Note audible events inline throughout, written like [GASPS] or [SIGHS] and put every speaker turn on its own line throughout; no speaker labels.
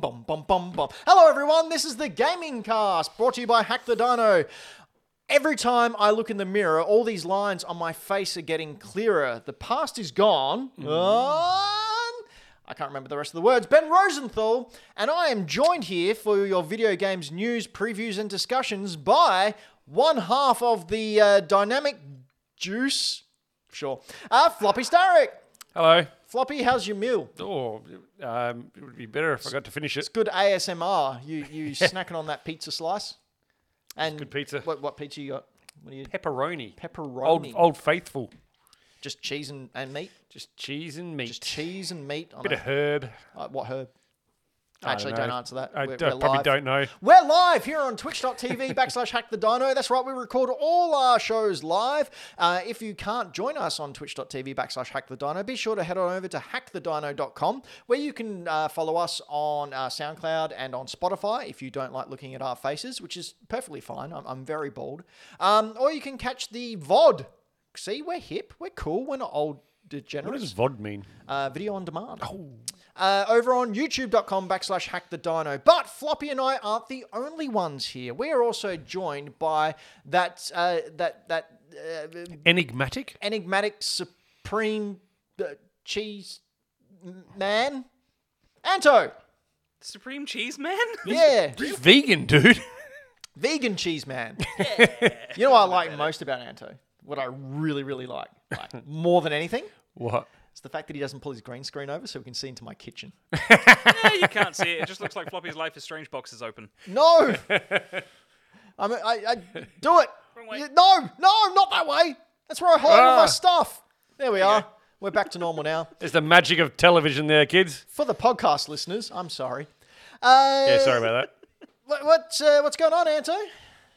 Hello, everyone. This is the Gaming Cast brought to you by Hack the Dino. Every time I look in the mirror, all these lines on my face are getting clearer. The past is gone.
Mm-hmm.
Gone. I can't remember the rest of the words. Ben Rosenthal, and I am joined here for your video games news, previews, and discussions by one half of the uh, dynamic juice. Sure. Uh, Floppy Starrick.
Hello.
Floppy, how's your meal?
Oh, um, it would be better if I got to finish it.
Good ASMR. You you
[LAUGHS]
snacking on that pizza slice? And
good pizza.
What, what pizza you got? What do you
Pepperoni.
pepperoni?
Old Old Faithful.
just cheese and, and meat.
Just cheese and meat.
Just cheese and meat on
Bit
a,
of herb.
uh, what herb?
I
Actually,
know.
don't, answer that.
I
We're-
don't-
we're
probably
live.
don't know.
We're live here on twitch.tv [LAUGHS] backslash hack the dino. That's right, we record all our shows live. Uh, if you can't join us on twitch.tv backslash hack the dino, be sure to head on over to hackthedino.com where you can uh, follow us on uh, SoundCloud and on Spotify if you don't like looking at our faces, which is perfectly fine. I'm, I'm very bald. Um, or you can catch the VOD. See, we're hip, we're cool, we're not old
What
degenerates
does VOD mean?
uh, video on demand. Uh, over on youtube.com backslash hack the dino. But Floppy and I aren't the only ones here. We are also joined by that uh, that that uh,
Enigmatic?
enigmatic supreme uh, cheese man, Anto.
Supreme Cheese [LAUGHS] Man?
Yeah,
He's vegan, dude. [LAUGHS]
vegan cheese man. You know what I like most about Anto? What I really really like, like more than anything,
what?
is the fact that he doesn't pull his green screen over so we can see into my kitchen.
yeah, you can't see it. It just looks like Floppy's Life is Strange box is open.
No. I'm, I, I do it.
Wrong way.
Yeah, No, no, not that way. That's where I hide all my
Ah.
stuff. There we are. We're back to normal
[LAUGHS]
now.
It's the magic of television there, kids.
For the podcast listeners, I'm sorry. Uh,
Yeah, sorry about
What, what, uh, what's going on, Anto?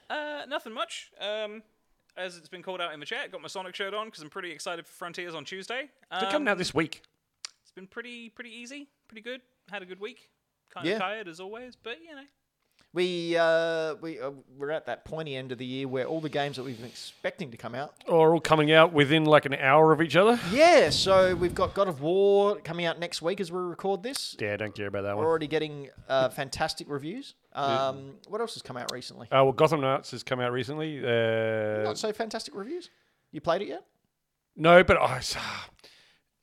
Uh, nothing much. Um, as it's been called out in the chat, got my Sonic shirt on because I'm pretty excited for Frontiers on Tuesday.
that. They're coming
Um,
out this week.
It's been pretty pretty easy, pretty good. Had a good week. Kind
Yeah.
of tired as always, but you know.
We uh, we uh, we're at that pointy end of the year where all the games that we've been expecting to come
[LAUGHS]
out.
Or Oh, all coming out within like an hour of each other.
Yeah, so we've got God of War coming out next week as we record this.
Yeah, don't care about that
We're
one.
already getting uh, fantastic reviews. Um, what else has come out recently?
Uh, well, Gotham Knights has come out recently. Uh,
Not so fantastic reviews. You played it yet?
no, but I. [SIGHS]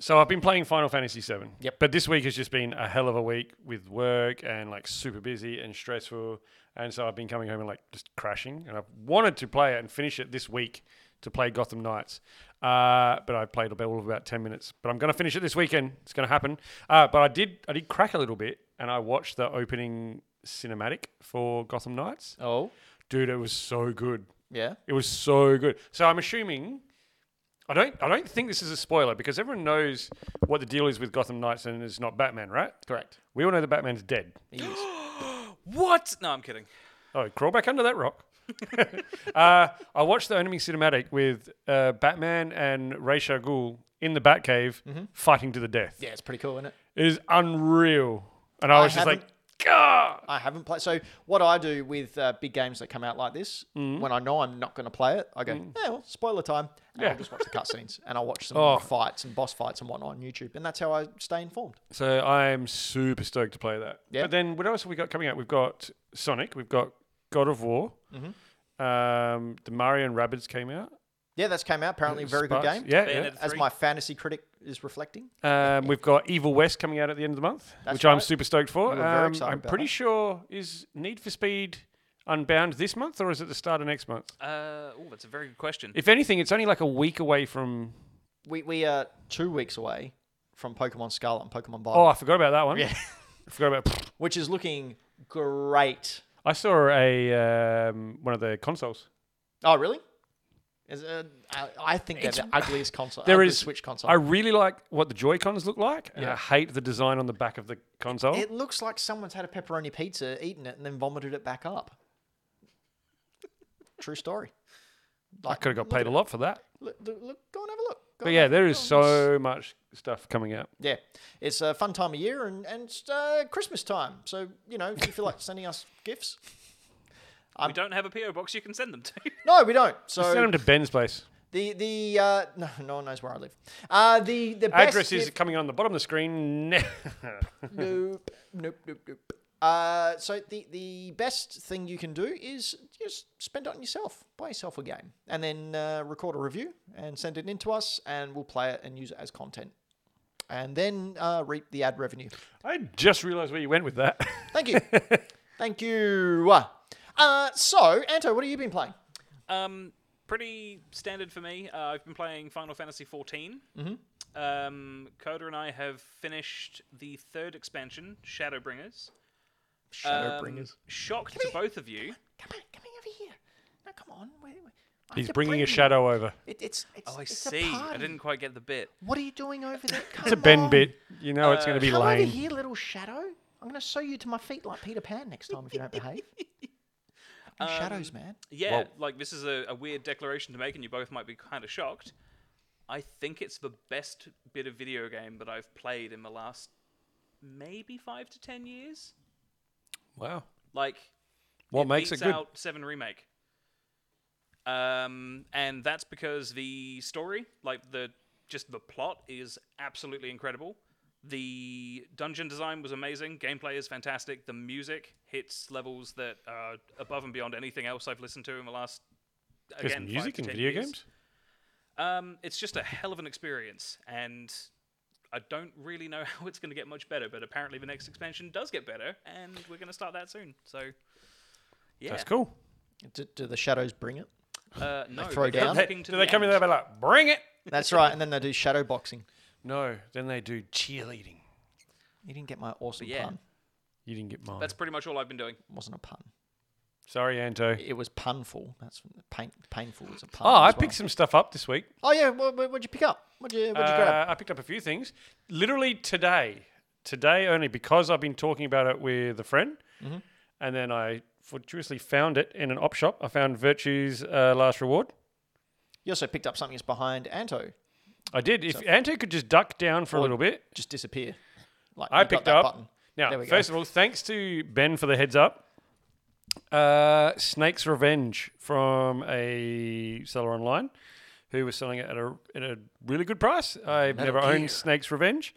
So I've been playing Final Fantasy VII.
Yep.
But this week has just been a hell of a week with work and like super busy and stressful, and so I've been coming home and like just crashing. And I've wanted to play it and finish it this week to play Gotham Knights, uh, but I played about all of about ten minutes. But I'm going to finish it this weekend. It's going to happen. Uh, but I did I did crack a little bit, and I watched the opening cinematic for Gotham Knights.
Oh,
Dude, it was so good.
yeah.
It was so good. So I'm assuming I don't I don't think this is a spoiler because everyone knows what the deal is with Gotham Knights and it's not Batman, right?
[GASPS] Correct.
We all know that Batman's dead.
What? No, I'm kidding.
Oh, crawl back under
[LAUGHS]
that rock. uh, I watched the opening cinematic with uh, Batman and Ray Shagul in the Batcave fighting to the death.
Mm-hmm. Yeah, it's pretty cool, isn't it?
It is unreal. And I was just like,
haven't-
Gah!
I haven't played. So what I do with uh, big games that come out like this,
Mm.
when I know I'm not going to play it, I go, "Eh, well, spoiler time," and I'll
Yeah.
just watch the cutscenes and I'll watch some
Oh.
fights and boss fights and whatnot on YouTube, and that's how I stay informed.
So I'm super stoked to play that.
Yeah.
But then what else have we got coming out? We've got Sonic. We've got God of War.
Mm-hmm.
Um, the Mario and Rabbids came out.
Yeah, that's came out. Apparently, a very good
Sparks.
game.
Yeah. yeah.
Bayonetta
As
three.
my fantasy critic is reflecting,
Um, we've got Evil West coming out at the end of the month,
That's
which I'm
right.
super stoked for.
We were very
Um,
excited
I'm
about
pretty
that.
sure is Need for Speed Unbound this month or is it the start of next month?
Uh, oh, that's a very good question.
If anything, it's only like a week away from.
we we are two weeks away from Pokemon Scarlet and Pokemon
Oh,
Violet,
I forgot about that one.
Yeah.
[LAUGHS] I forgot about.
which is looking great.
I saw a um, one of the consoles.
Oh, really? Is it, I- I think they're the ugliest console.
There
ugliest
is
Switch console.
I really like what the Joy Cons look like, and
Yeah.
I hate the design on the back of the console.
it looks like someone's had a pepperoni pizza, eaten it, and then vomited it back up. True story.
I could have got paid a lot for that.
Look, look, look, go and have a look.
But yeah, there is so much stuff coming out.
Yeah, it's a fun time of year and, and it's uh, Christmas time. So, you know, if you feel like [LAUGHS] sending us gifts.
we don't have a PO box you can send them to. [LAUGHS]
No, we don't. So
Send them to Ben's place.
the the uh, [LAUGHS] no, no one knows where I live. Uh, the the best
Address is
gift-
coming on the bottom of the screen. now. [LAUGHS]
nope, nope, nope, nope. Uh, so the the best thing you can do is just spend it on yourself. Buy yourself a game, and then uh, record a review and send it in to us, and we'll play it and use it as content, and then uh, reap the ad revenue.
I just realised where you went with that. [LAUGHS]
Thank [LAUGHS] you, thank you. Uh, so Anto, what have you been playing?
Um, pretty standard for me. Uh, I've been playing Final Fantasy XIV. Mm-hmm. Um, Coda and I have finished the third expansion, Shadowbringers. Shadowbringers. shocked to both of you.
Um, Come on, come over here. No, come on. Wait, wait. I have
He's
to
bringing
bring
a
you.
shadow over.
It, it's, it's,
Oh, I
it's
see.
A
I
party.
didn't quite get the bit.
What are you doing over there? Come
It's a Ben
on.
bit. You know it's going to be
Come over
lame.
here, little shadow. I'm going to sew you to my feet like Peter Pan next time if you don't [LAUGHS] behave. Fucking shadows, man.
Yeah,
Whoa.
like this is a, a weird declaration to make, and you both might be kind of shocked. I think it's the best bit of video game that I've played in the last maybe five to ten years.
Wow.
Like,
What makes it
beats
good?
out Seven Remake. Um, and that's because the story, like the just the plot, is absolutely incredible. The dungeon design was amazing. Gameplay is fantastic. The music hits levels that are above and beyond anything else I've listened to in the last.
There's
Again, five
music
to
in
10
video
years.
games?
Um, it's just a hell of an experience, and I don't really know [LAUGHS] how it's going to get much better. But apparently, the next expansion does get better, and we're going to start that soon. So, yeah,
That's cool.
Do, do the shadows bring it?
Uh, no,
throw
but they're
down?
Hey,
looking to
do
the
they come in
end.
there and be like, bring it?
That's right. And then they do shadow boxing.
No, then they do cheerleading.
You didn't get my awesome
Yeah.
pun.
You didn't get mine.
That's pretty much all I've been doing.
It wasn't a pun.
Sorry, Anto.
It was punful. That's pain, painful. Is a pun.
Oh, I
as well.
picked some stuff up this week.
Oh yeah. What, what, what'd you pick up? What'd you, what'd you grab?
Uh, I picked up a few things. Literally today, today only because I've been talking about it with a friend,
Mm-hmm.
and then I fortuitously found it in an op shop. I found Virtue's uh, Last Reward.
You also picked up something that's behind Anto.
I did. If Anto could just duck down for a little bit,
Just disappear. Like
I
you've got
picked
that
up.
Button. There
Now,
we go.
first of all, thanks to Ben for the heads up. Uh, Snake's Revenge from a seller online who was selling it at a at a really good price. I've never owned Snake's Revenge.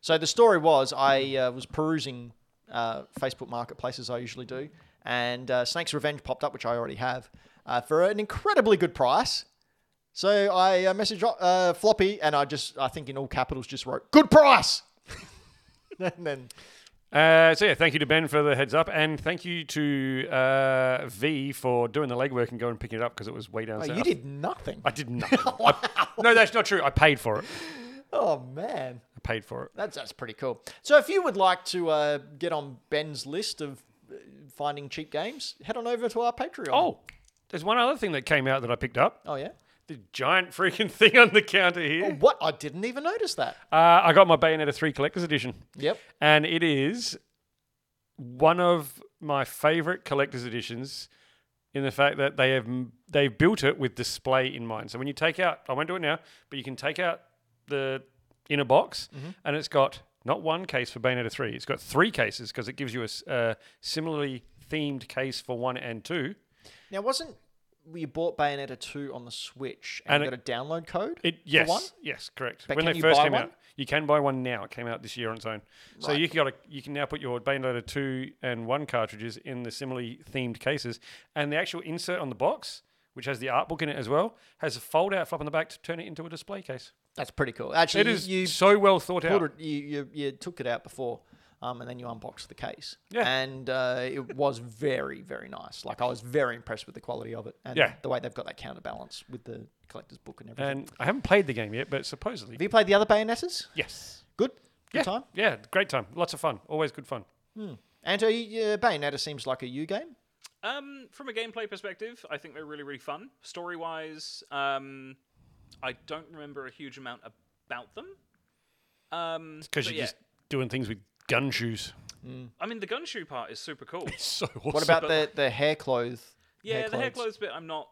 So the story was I uh, was perusing uh, Facebook Marketplace as I usually do, and uh, Snake's Revenge popped up, which I already have, uh, for an incredibly good price. So I uh, messaged uh, Floppy, and I just I think in all capitals just wrote "good price," [LAUGHS] and then
Uh, so yeah, thank you to Ben for the heads up, and thank you to uh, V for doing the legwork and going and picking it up because it was way down
oh,
south.
you did nothing.
I did nothing.
[LAUGHS]
I- no, that's not true. I paid for it.
Oh man.
I paid for it.
That's that's pretty cool. So if you would like to uh, get on Ben's list of uh, finding cheap games, head on over to our Patreon.
Oh, there's one other thing that came out that I picked up.
oh yeah.
The giant freaking [LAUGHS] thing on the counter here.
What? I didn't even notice that.
Uh, I got my Bayonetta 3 Collector's Edition,
Yep.
and it is one of my favorite collector's editions in the fact that they have they've built it with display in mind. So when you take out, I won't do it now, but you can take out the inner box, and it's got not one case for Bayonetta three. It's got three cases because it gives you a s- a similarly themed case for one and two.
Now, wasn't we bought Bayonetta two on the Switch
And
and,
it-
got a download code?
It yes,
one?
yes, correct.
But
when
can
they
you
first
buy
came
one?
out, you can buy one now. It came out this year on its own. So
Right.
you got a, you can now put your Bayonetta two and one cartridges in the similarly themed cases, and the actual insert on the box, which has the art book in it as well, has a fold out flap on the back to turn it into a display case.
That's pretty cool. Actually,
It
you-
is
you,
so well thought out.
pulled it, you, you you took it out before. Um, and then you unboxed the case,
Yeah.
and uh, it was very, very nice. Like I was very impressed with the quality of it, and
Yeah.
the way they've got that counterbalance with the collector's book and everything.
And I haven't played the game yet, but supposedly
Have you played the other Bayonettas?
yes,
Good. Good
yeah,
time.
yeah, great time, lots of fun, always good fun.
Anto, you- uh, Bayonetta seems like a you game.
Um, from a gameplay perspective, I think they're really, really fun. Story wise, um, I don't remember a huge amount about them. Um,
Because
but
you're
yeah.
just doing things with gun shoes. [LAUGHS]
I mean, the gun shoe part is super cool.
So awesome.
What about the, the hair clothes?
yeah, the hair
clothes?
clothes bit, I'm not,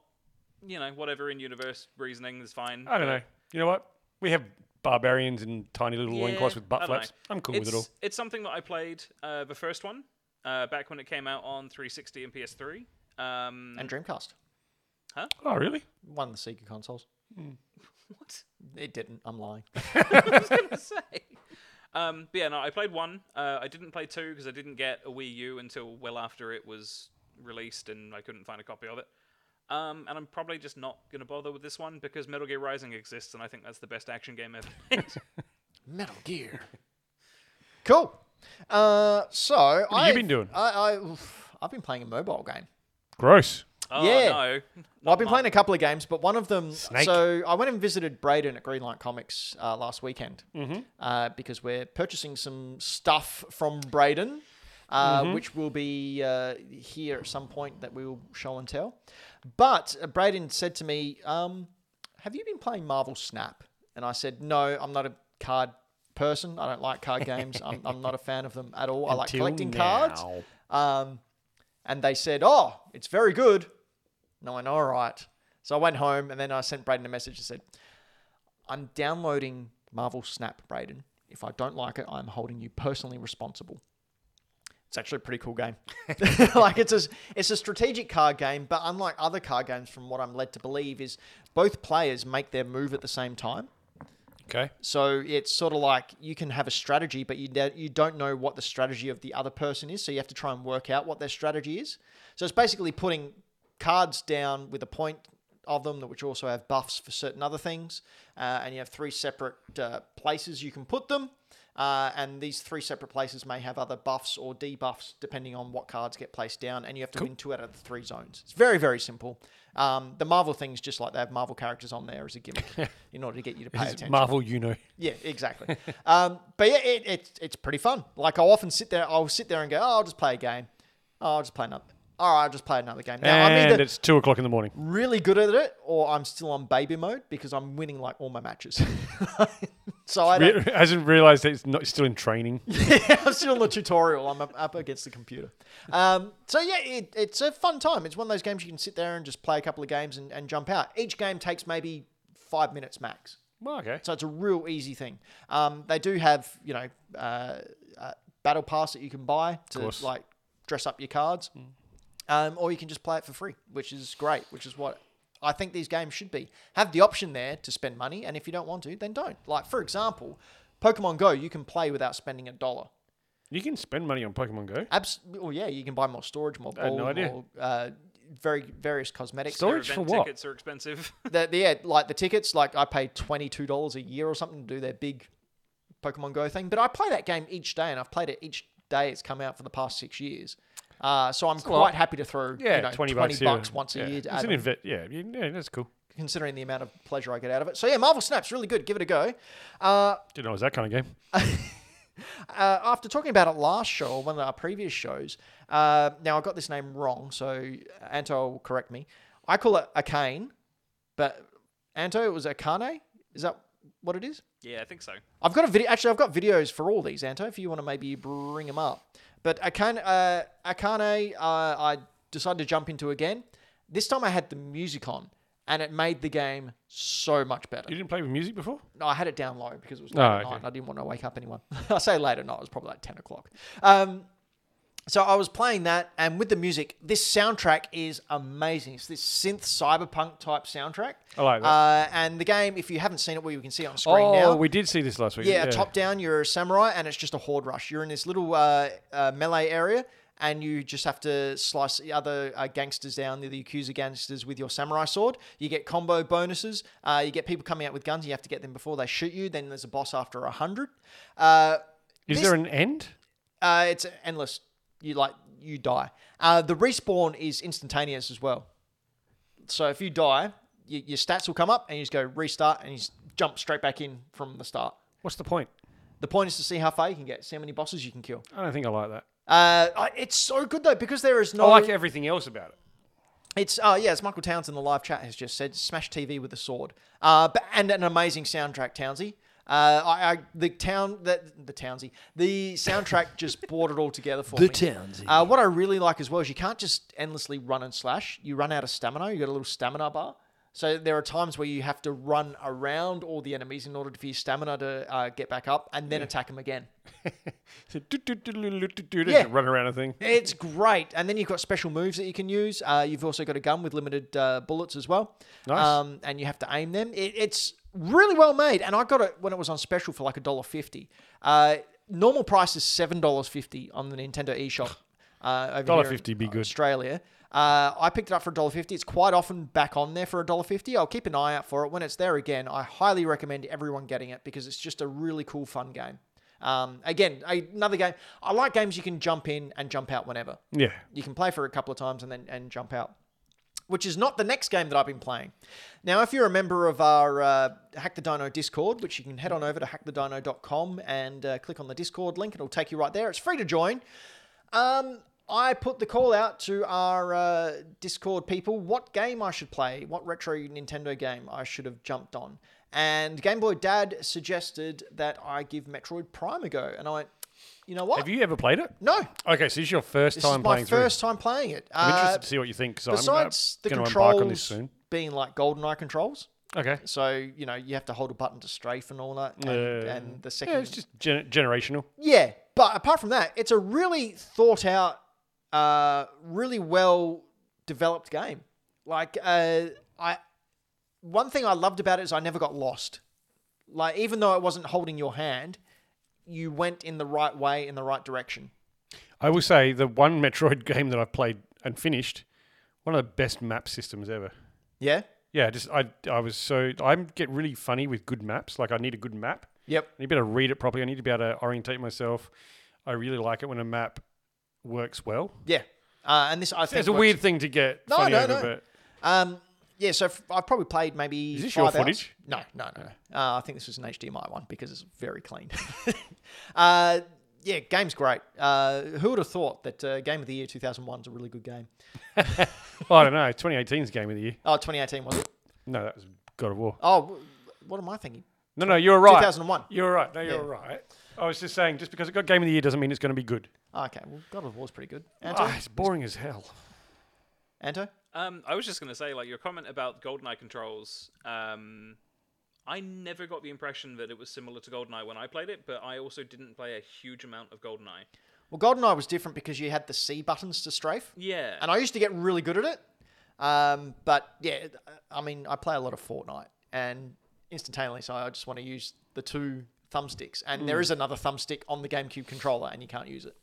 you know, whatever in universe reasoning is fine.
I don't know. You know what? we have barbarians in tiny little loincloths with
I
butt
don't know.
flaps. I'm cool
it's,
with it all.
It's something that I played uh, the first one uh, back when it came out on 360 and PS3. Um,
and Dreamcast
Oh, really?
won the Sega consoles. [LAUGHS]
what?
It didn't. I'm lying.
to say. Um, but yeah, no, I played one. Uh, I didn't play two because I didn't get a Wii U until well after it was released, and I couldn't find a copy of it. Um, and I'm probably just not going to bother with this one because Metal Gear Rising exists, and I think that's the best action game ever. made.
[LAUGHS]
[LAUGHS]
Metal Gear. cool. Uh, so what
you been doing?
I, I oof, I've been playing a mobile game.
Gross.
oh
Yeah.
no!
Well, I've been playing a couple of games, but one of them.
Snake.
So I went and visited Braden at Greenlight Comics uh, last weekend uh, because we're purchasing some stuff from Braden, uh, which will be uh, here at some point that we will show and tell. But uh, Braden said to me, um, "Have you been playing Marvel Snap?" And I said, "No, I'm not a card person. I don't like card games. I'm, I'm not a fan of them at all. I like
Till
collecting cards."
now.
Um, and they said, "Oh, it's very good." No, I know, all right. So I went home, and then I sent Braden a message and said, "I'm downloading Marvel Snap, Braden. If I don't like it, I'm holding you personally responsible." It's actually a pretty cool game. [LAUGHS] like it's a it's a strategic card game, but unlike other card games, from what I'm led to believe, is both players make their move at the same time.
Okay.
So it's sort of like you can have a strategy, but you don't- you don't know what the strategy of the other person is. So you have to try and work out what their strategy is. So it's basically putting cards down with a point of them, that which also have buffs for certain other things, uh, and you have three separate uh, places you can put them. Uh, and these three separate places may have other buffs or debuffs depending on what cards get placed down, and you have to win two out of the three zones. It's very, very simple. Um, the Marvel thing's just like they have Marvel characters on there as a gimmick in order to get you to pay
This is
attention.
Marvel, you know.
Yeah, exactly. [LAUGHS] um, but yeah, it, it's it's pretty fun. Like I'll often sit there, I'll sit there and go, oh, I'll just play a game. Oh, I'll just play another. All right, I'll just play another game. Now I'm
and
either
it's two o'clock in the morning.
really good at it, or I'm still on baby mode because I'm winning like all my matches. [LAUGHS] so [LAUGHS] I don't,
Re- [LAUGHS] hasn't realised that it's not it's still in training.
[LAUGHS] I'm still in the tutorial. I'm up, up against the computer. Um, so yeah, it, it's a fun time. It's one of those games you can sit there and just play a couple of games and, and jump out. Each game takes maybe five minutes max.
Well, okay.
So it's a real easy thing. Um, they do have, you know, uh, uh, battle pass that you can buy to
course. Mm.
like dress up your cards, um, or you can just play it for free, which is great. Which is what I think these games should be. Have the option there to spend money, and if you don't want to, then don't. Like for example, Pokemon Go, you can play without spending a dollar.
You can spend money on Pokemon Go.
Abs- well, yeah, you can buy more storage, more
I had
ball,
no idea.
more uh, very various cosmetics.
Storage?
Their
Storage for
event
what?
Tickets are expensive. [LAUGHS]
the, the yeah, like the tickets, like I pay twenty two dollars a year or something to do their big Pokemon Go thing. But I play that game each day, and I've played it each day. It's come out for the past six years, uh, so I'm quite
lot.
happy to throw
Yeah,
you know,
twenty, bucks, here.
once a
Yeah.
year, to
It's
add
an
on,
inve- yeah, you- yeah, that's cool.
considering the amount of pleasure I get out of it. So yeah, Marvel Snap's really good. Give it a go. Uh,
Didn't know it was that kind of game.
uh, after talking about it last show or one of our previous shows, uh, now I got this name wrong, so Anto will correct me. I call it a cane, but Anto, it was a cane. Is that what it is?
yeah, I think so.
I've got a video. Actually, I've got videos for all these, Anto. If you want to maybe bring them up, but Akane, uh, Akane, uh, I decided to jump into again. This time I had the music on, and it made the game so much better.
You didn't play with music before?
No, I had it down low because it was
Oh,
late at
okay.
night. and I didn't want to wake up anyone. [LAUGHS] I say late at night. It was probably like ten o'clock. Um, so I was playing that, and with the music, this soundtrack is amazing. It's this synth cyberpunk type soundtrack.
I like that.
Uh, and the game, if you haven't seen it, well, you can see it on screen
oh,
now.
we did see this last week.
Yeah, top down, you're a samurai, and it's just a horde rush. You're in this little uh, uh, melee area, and you just have to slice the other uh, gangsters down, the, the Yakuza gangsters, with your samurai sword. You get combo bonuses. Uh, you get people coming out with guns. You have to get them before they shoot you. Then there's a boss after 100. Uh,
Is
this-
there an end?
uh, it's endless. You like you die. Uh, the respawn is instantaneous as well. So if you die, y- your stats will come up, and you just go restart, and you s- jump straight back in from the start.
What's the point?
The point is to see how far you can get, see how many bosses you can kill.
I don't think I like that.
Uh, I- it's so good though because there is no.
I like everything else about it.
It's uh, yeah, it's Michael Towns in the live chat has just said smash TV with a sword. Uh, but, and an amazing soundtrack, Townsy. Uh, I, I the town that the Townsy the soundtrack
[LAUGHS]
just brought it all together for me.
Townsy.
Uh, what I really like as well is you can't just endlessly run and slash. You run out of stamina. You got a little stamina bar. So there are times where you have to run around all the enemies in order for your stamina to uh, get back up and then attack them again.
So do, do, do, do, do, do, do,
Yeah.
just run around a thing.
It's great. And then you've got special moves that you can use. Uh, you've also got a gun with limited uh, bullets as well.
Nice.
Um, and you have to aim them. It, it's really well made. And I got it when it was on special for like $1.50. Uh, normal price is $7.50 on the Nintendo eShop. Uh, over here in
$1.50 be good.
Australia. Uh, I picked it up for $1.50. It's quite often back on there for $1.50. I'll keep an eye out for it. When it's there again, I highly recommend everyone getting it because it's just a really cool, fun game. Um, again, another game. I like games you can jump in and jump out whenever.
Yeah.
You can play for a couple of times and then and jump out, which is not the next game that I've been playing. Now, if you're a member of our uh, Hack the Dino Discord, which you can head on over to hackthedino.com and uh, click on the Discord link, it'll take you right there. It's free to join. Um, I put the call out to our uh, Discord people what game I should play, what retro Nintendo game I should have jumped on. And Game Boy Dad suggested that I give Metroid Prime a go. And I went, you know what?
Have you ever played it?
no,
Okay, so this is your first
this
time
is my
playing through.
first time playing it.
I'm
Uh,
interested to see what you think. So
besides the
I'm uh, going to
controls
embark on this soon.
being like GoldenEye controls,
Okay.
so you know you have to hold a button to strafe and all that, and,
Yeah.
and the second
Yeah, it's just gen- generational.
yeah, but apart from that, it's a really thought out, uh, really well developed game. Like, uh, I one thing I loved about it is I never got lost. Like, even though I wasn't holding your hand, you went in the right way in the right direction.
I will say the one Metroid [LAUGHS] game that I've played and finished, one of the best map systems ever.
Yeah.
Yeah, just I I was so I get really funny with good maps. Like I need a good map.
Yep.
I need to be able to read it properly. I need to be able to orientate myself. I really like it when a map works well.
Yeah. Uh, and this I think
It's a
works-
weird thing to get
No,
funny
no,
over,
no.
but
Um, yeah, so f- I've probably played maybe.
Is this
five
your
hours.
footage?
No, no, no. no. Uh, I think this was an HDMI one because it's very
[LAUGHS]
clean. [LAUGHS] uh, yeah, game's great. Uh, who would have thought that uh, Game of the Year 2001 is a really good game?
I don't know. 2018's game of the year.
Oh, 2018 was it?
No, that was God of War.
Oh, w- what am I thinking?
No, no, you're right.
2001.
You're right. No, you're
Yeah.
right. I was just saying, just because it got game of the year doesn't mean it's going to be good.
Oh, okay, well, God of War's pretty good. Anto?
Ah, it's boring as hell.
Anto?
Um, I was just gonna say, like your comment about GoldenEye controls. Um, I never got the impression that it was similar to GoldenEye when I played it, but I also didn't play a huge amount of GoldenEye.
Well, GoldenEye was different because you had the C buttons to strafe.
Yeah,
and I used to get really good at it. Um, but yeah, I mean, I play a lot of Fortnite and instantaneously, so I just want to use the two thumbsticks. And there
Hmm.
is another thumbstick on the GameCube controller, and you can't use it.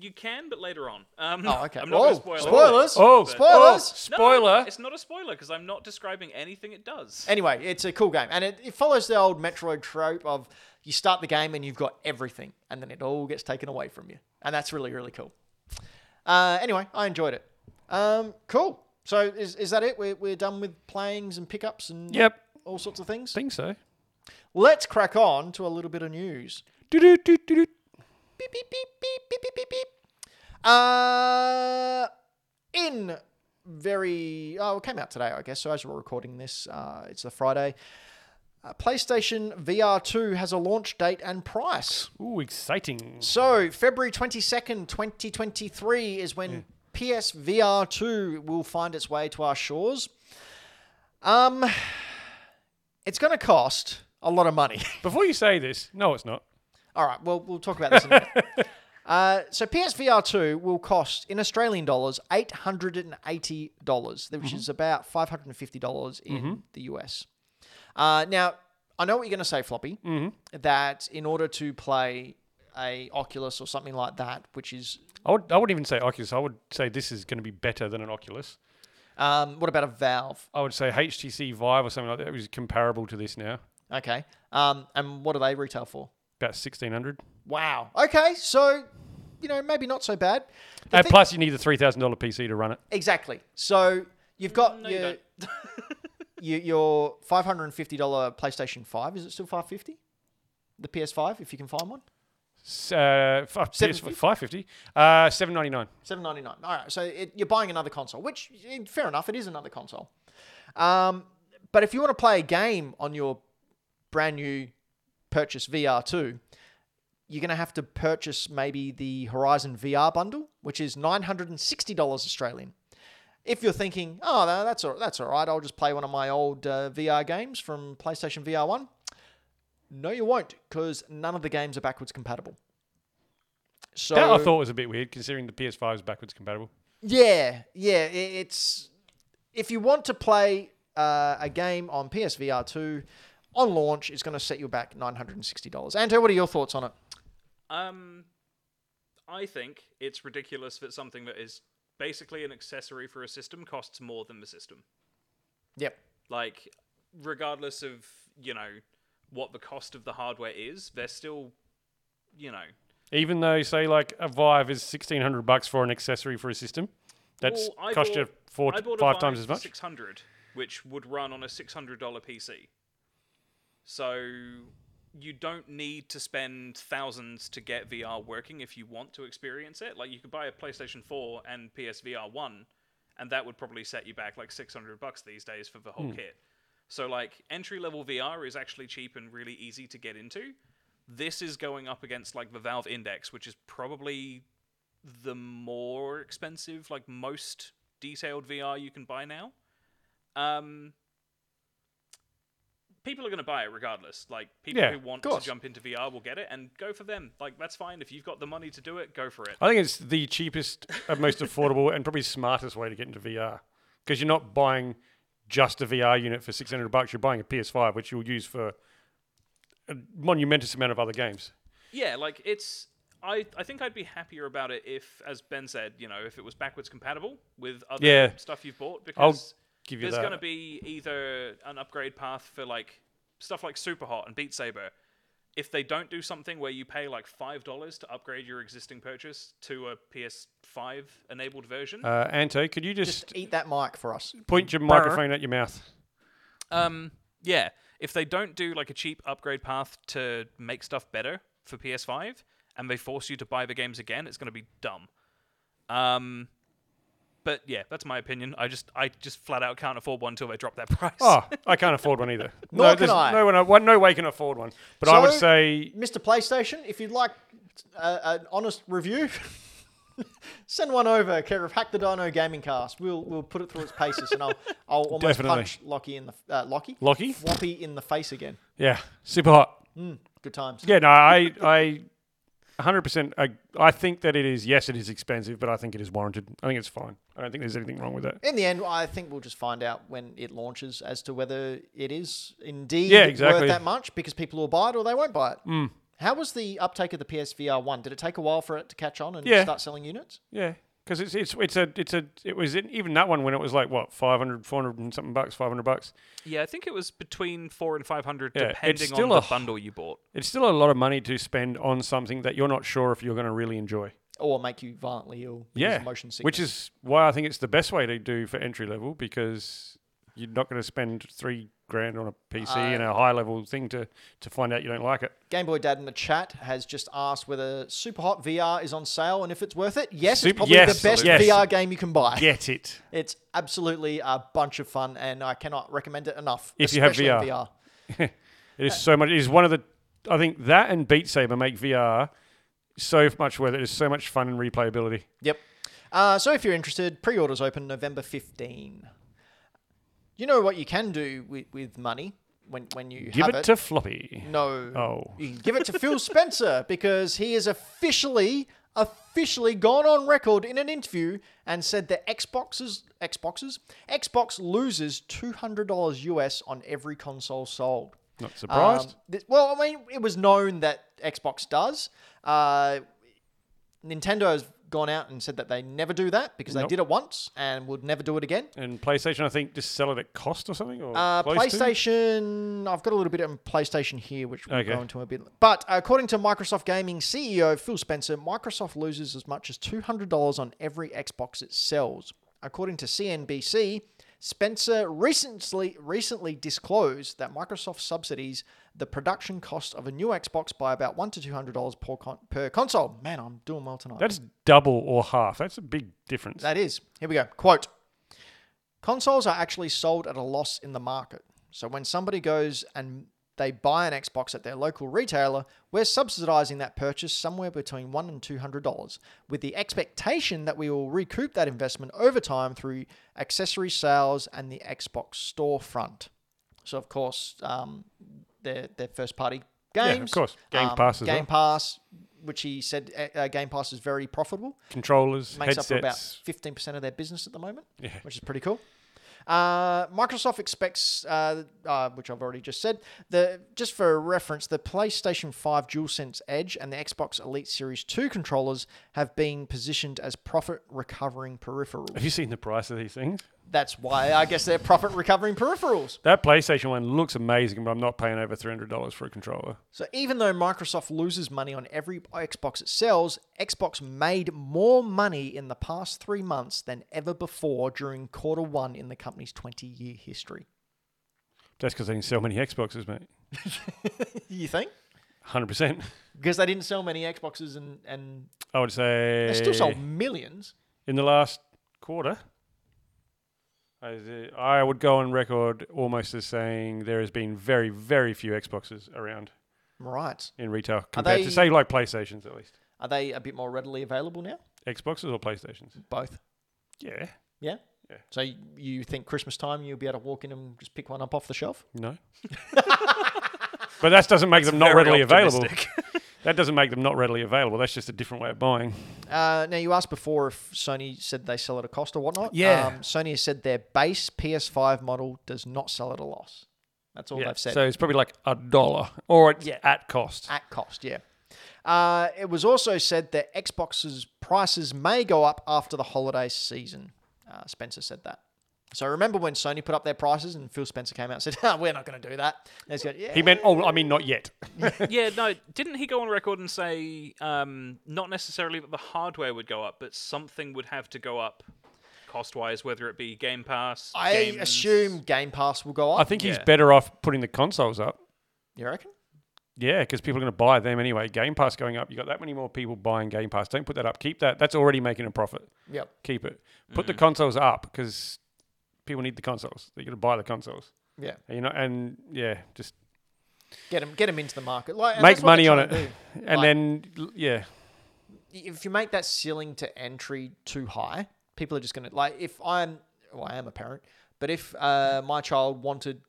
you can, but later on. [LAUGHS] Um,
Oh, okay.
[LAUGHS] I'm not gonna
Whoa,
spoil
spoilers!
It.
Oh,
Spoilers!
oh,
No,
spoiler!
it's not a spoiler because I'm not describing anything it does.
Anyway, it's a cool game, and it, it follows the old Metroid trope of you start the game and you've got everything, and then it all gets taken away from you, and that's really really cool. Uh, anyway, I enjoyed it. Um, cool. So is, is that it? We're, we're done with playings and pickups and
Yep,
all sorts of things.
think so.
Let's crack on to a little bit of news.
Do do do do do.
Beep, beep, beep, beep, beep, beep, beep, beep. Uh, in very. Oh, it came out today, I guess. So as we're recording this, uh, it's a Friday. Uh, PlayStation VR 2 has a launch date and price.
Ooh, exciting!
So February 22nd, 2023 is when PSVR 2 will find its way to our shores. Um, it's going to cost a lot of money. [LAUGHS]
Before you say this, no, it's not.
All right, well, we'll talk about this in a minute. Uh, so PSVR 2 will cost, in Australian dollars, $880, which is about $550 in the US. Uh, now, I know what you're going to say, Floppy, that in order to play a Oculus or something like that, which is,
I would, I wouldn't even say Oculus. I would say this is going to be better than an Oculus.
um, what about a Valve?
I would say HTC Vive or something like that is comparable to this now.
Okay. Um, and what do they retail for?
About sixteen hundred.
Wow. Okay, so, you know, maybe not so bad. The
And
thing-
plus, you need the three thousand dollar PC to run it.
Exactly. So you've got
No, you
your,
don't.
[LAUGHS] your your five hundred and fifty dollar PlayStation Five. Is it still five fifty? The PS Five, if you can find one.
S- Uh,
$750?
five fifty. Uh, seven ninety nine.
Seven ninety nine. All right. So it, you're buying another console, which eh, fair enough. It is another console. Um, but if you want to play a game on your brand new purchase VR two, you're going to have to purchase maybe the Horizon VR bundle, which is nine hundred and sixty dollars Australian. If you're thinking, oh, tha- that's all, that's all right, I'll just play one of my old uh, VR games from PlayStation VR 1. No, you won't, because none of the games are backwards compatible. So
That I thought was a bit weird, considering the PS5 is backwards compatible.
yeah, yeah. i- It's if you want to play uh, a game on PSVR two on launch, it's going to set you back nine hundred and sixty dollars. Anto, what are your thoughts on it?
Um, I think it's ridiculous that something that is basically an accessory for a system costs more than the system.
Yep.
Like, regardless of you know what the cost of the hardware is, they're still, you know,
Even though, say, like a Vive is sixteen hundred bucks for an accessory for a system, that's
Well, I
cost you
bought-
four,
I bought a
five
Vive
times as
for
much.
600, which would run on a $600 PC. So you don't need to spend thousands to get VR working if you want to experience it. Like you could buy a PlayStation 4 and PSVR 1 and that would probably set you back like 600 bucks these days for the whole
Hmm.
kit. So like entry level VR is actually cheap and really easy to get into. This is going up against like the Valve Index, which is probably the more expensive, like most detailed VR you can buy now. Um, people are going to buy it regardless. Like people
Yeah,
who want
of
to
course.
jump into VR will get it, and go for them. Like that's fine if you've got the money to do it, go for it.
I think it's the cheapest, and most affordable, and probably smartest way to get into VR because you're not buying just a VR unit for six hundred bucks. You're buying a PS5, which you'll use for a monumentous amount of other games.
Yeah, like it's. I, I think I'd be happier about it if, as Ben said, you know, if it was backwards compatible with other
Yeah.
stuff you've bought. Because
give you
there's
that.
going to be either an upgrade path for like stuff like Superhot and Beat Saber. If they don't do something where you pay like five dollars to upgrade your existing purchase to a PS5 enabled version,
Uh, Anto, could you just,
Just eat that mic for us.
point your microphone at your mouth?
Um, yeah. If they don't do like a cheap upgrade path to make stuff better for PS5, and they force you to buy the games again, it's going to be dumb. Um, but yeah, that's my opinion. I just, I just flat out can't afford one until they drop that [LAUGHS] price.
[LAUGHS] Oh, I can't afford one either.
[LAUGHS] Nor
no,
can
there's
I.
No, one, one- no way can afford one. But I would
So-
say
Mr. PlayStation, if you'd like uh, an honest review, [LAUGHS] send one over. Care of Hack the Dino Gaming Cast. We'll we'll put it through its paces, and I'll I'll almost
Definitely.
punch Lockie in the uh, Lockie
Lockie?
Floppy in the face again.
Yeah, super hot.
Good times.
Yeah, no, I, I, 100%. I, I think that it is. Yes, it is expensive, but I think it is warranted. I think it's fine. I don't think there's anything wrong with that.
In the end, I think we'll just find out when it launches as to whether it is indeed
Yeah, exactly. Mm.
worth that much because people will buy it or they won't buy it. How was the uptake of the PSVR one? Did it take a while for it to catch on and
Yeah.
start selling units?
Yeah, because it's it's it's a it's a it was in, even that one when it was like what 500, 400 and something bucks, five hundred bucks.
Yeah, I think it was between four and five hundred,
Yeah, it's
depending
still
on the
a-
bundle you bought.
It's still a lot of money to spend on something that you're not sure if you're going to really enjoy.
Or make you violently ill? because
Yeah,
of motion sickness.
which is why I think it's the best way to do for entry level because you're not going to spend three grand on a
Uh,
PC and a high level thing to to find out you
[LAUGHS]
don't like it.
Game Boy Dad in the chat has just asked whether Super Hot VR is on sale and if it's worth it. Yes,
Sup-
it's probably
yes,
the best
yes.
VR game you can buy.
Get it.
It's absolutely a bunch of fun, and I cannot recommend it enough.
If you have
especially in
VR.
VR.
It
Uh,
is so much. It is one of the. I think that and Beat Saber make VR so much worth it. It's so much fun and replayability.
Yep. Uh, so if you're interested, pre-orders open November 15. You know what you can do with, with money when when you
Give
have
it, to Floppy.
no.
Oh.
You can give it to Phil Spencer [LAUGHS] because he has officially, officially gone on record in an interview and said that Xboxes, Xboxes, Xbox loses two hundred dollars US on every console sold.
Not
Um,
surprised.
th- well, I mean, it was known that Xbox does. Uh, Nintendo has gone out and said that they never do that because
Nope.
they did it once and would never do it again.
and PlayStation, I think, just sell it at cost or something. Or
Uh,
close to?
PlayStation. I've got a little bit on PlayStation here, which we'll
Okay.
go into a bit. But according to Microsoft Gaming CEO Phil Spencer, Microsoft loses as much as two hundred dollars on every Xbox it sells. According to CNBC, Spencer recently recently disclosed that Microsoft subsidies the production cost of a new Xbox by about one to two hundred dollars per, con- per console. Man, I'm doing well tonight.
That's double or half. That's a big difference.
That is. Here we go. Quote Consoles are actually sold at a loss in the market. So when somebody goes and they buy an Xbox at their local retailer, we're subsidizing that purchase somewhere between one and two hundred dollars, with the expectation that we will recoup that investment over time through accessory sales and the Xbox storefront. So of course, um, their their first party
of
games, um,
course. Game Pass as
Game
well.
Pass, which he said uh, uh, Game Pass is very profitable
Controllers,
makes up for about
headsets.
fifteen percent of their business at the moment,
Yeah.
which is pretty cool. Uh, Microsoft expects, uh, uh, which I've already just said, the just for reference, the PlayStation 5 DualSense Edge and the Xbox Elite Series 2 controllers have been positioned as profit recovering peripherals.
Have you seen the price of these things?
That's why I guess they're profit recovering peripherals.
That PlayStation one looks amazing, but I'm not paying over three hundred dollars for a controller.
So even though Microsoft loses money on every Xbox it sells, Xbox made more money in the past three months than ever before during quarter one in the company's 20 year history.
That's because they didn't sell many Xboxes, mate.
You think?
Hundred percent. [LAUGHS]
Because they didn't sell many Xboxes and, and
I would say
they still sold millions.
in the last quarter. I I would go on record almost as saying there has been very, very few Xboxes around
Right.
in retail compared
they-
to say like PlayStations at least.
Are they a bit more readily available now?
Xboxes or PlayStations?
Both.
Yeah.
Yeah?
Yeah.
So y- you think Christmas time you'll be able to walk in and just pick one up off the shelf?
No. [LAUGHS] but that doesn't make them not
Very
readily available.
optimistic.
That doesn't make them not readily available. That's just a different way of buying.
Uh, now you asked before if Sony said they sell at a cost or whatnot.
Yeah.
Um, Sony has said their base PS5 model does not sell at a loss. That's all
Yeah,
they've said.
So it's probably like a dollar or it's
Yeah.
at cost.
at cost, yeah. Uh, it was also said that Xbox's prices may go up after the holiday season. Uh, Spencer said that. So remember when Sony put up their prices and Phil Spencer came out and said, [LAUGHS] "Ah, "We're not going to do that." And he's going, yeah.
He meant, oh, I mean, not yet.
[LAUGHS]
[LAUGHS]
yeah, no, didn't he go on record and say um, not necessarily that the hardware would go up, but something would have to go up cost wise, whether it be Game Pass.
I
games-
assume Game Pass will go up.
I think he's
Yeah.
better off putting the consoles up.
you reckon?
Yeah, because people are going to buy them anyway. Game Pass going up. You got that many more people buying Game Pass. Don't put that up. Keep that. That's already making a profit.
Yep.
Keep it. Put
Mm.
the consoles up because people need the consoles. They're going to buy the consoles.
Yeah.
You know, and yeah, just
Get him, get him into the market. Like and
make
that's what
money
they're
on
trying
it,
to do.
and
Like-
then l- yeah,
if you make that ceiling to entry too high, people are just going to like. If I'm, well, I am a parent, but if uh, my child wanted,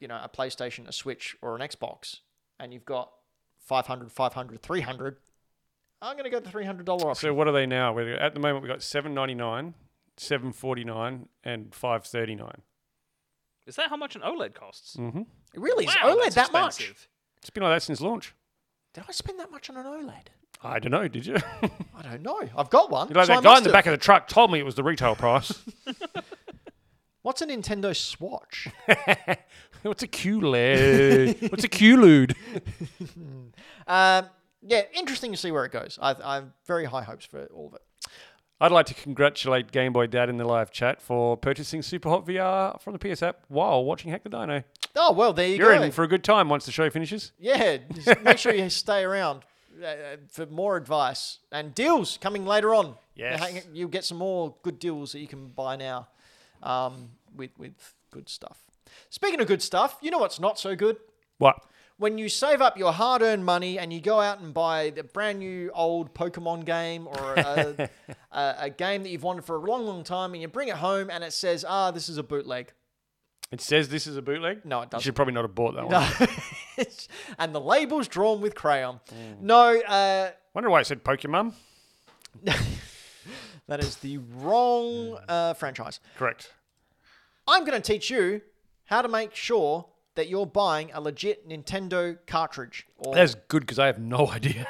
you know, a PlayStation, a Switch, or an Xbox, and you've got 500, 500, 300, I'm going to go the three hundred dollar [LAUGHS] option.
So what are they now? We're, at the moment, we've got seven ninety nine, seven forty nine, and five thirty nine.
Is that how much an OLED costs?
Mm-hmm.
It really Mm. is
Wow,
OLED
that's
that much?
expensive.
It's been like that since launch.
Did I spend that much on an OLED?
I don't know. Did you? [LAUGHS]
I don't know. I've got one.
like
so I
that guy in
must
the
have.
back of the truck told me it was the retail price.
What's a Nintendo Swatch?
[LAUGHS]
[LAUGHS]
What's a QLED? What's a QLUD?
um, yeah, interesting to see where it goes. I, I have very high hopes for all of it.
I'd like to congratulate Game Boy Dad in the live chat for purchasing Superhot VR from the PS app while watching Hack the Dino.
Oh well, there you
You're
go.
in for a good time once the show finishes.
Yeah, just make sure you stay around uh, for more advice and deals coming later on.
Yes.
Hang- you'll get some more good deals that you can buy now um, with with good stuff. Speaking of good stuff, you know what's not so good?
What?
When you save up your hard-earned money and you go out and buy the brand new old Pokemon game or a, a, a game that you've wanted for a long, long time, and you bring it home and it says, "Ah, this is a bootleg."
It says this is a bootleg?
No, it
You
doesn't.
should probably not have bought that one.
[LAUGHS] and the label's drawn with crayon. No, uh,
Wonder why it said Pokemon.
That is the wrong uh, franchise.
Correct.
I'm going to teach you how to make sure that you're buying a legit Nintendo cartridge. Or,
That's good because I have no idea.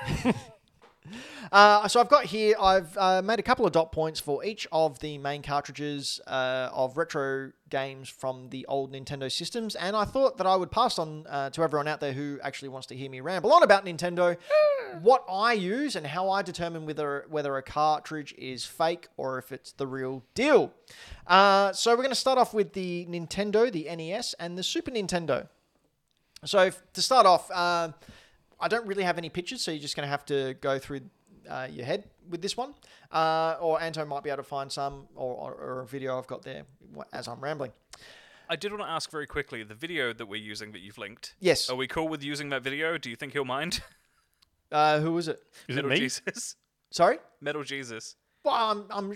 uh, so I've got here, I've uh, made a couple of dot points for each of the main cartridges uh, of retro games from the old Nintendo systems. And I thought that I would pass on uh, to everyone out there who actually wants to hear me ramble on about Nintendo what I use and how I determine whether, whether a cartridge is fake or if it's the real deal. Uh, so we're going to start off with the Nintendo, the NES, and the Super Nintendo. So if, to start off, uh, I don't really have any pictures, so you're just going to have to go through uh, your head with this one, uh, or Anto might be able to find some or, or, or a video I've got there as I'm rambling.
I did want to ask very quickly the video that we're using that you've linked.
Yes.
Are we cool with using that video? Do you think he'll mind?
Uh, who was it?
Is it
Metal
me?
Jesus.
Sorry.
Metal Jesus.
Well, I'm, I'm.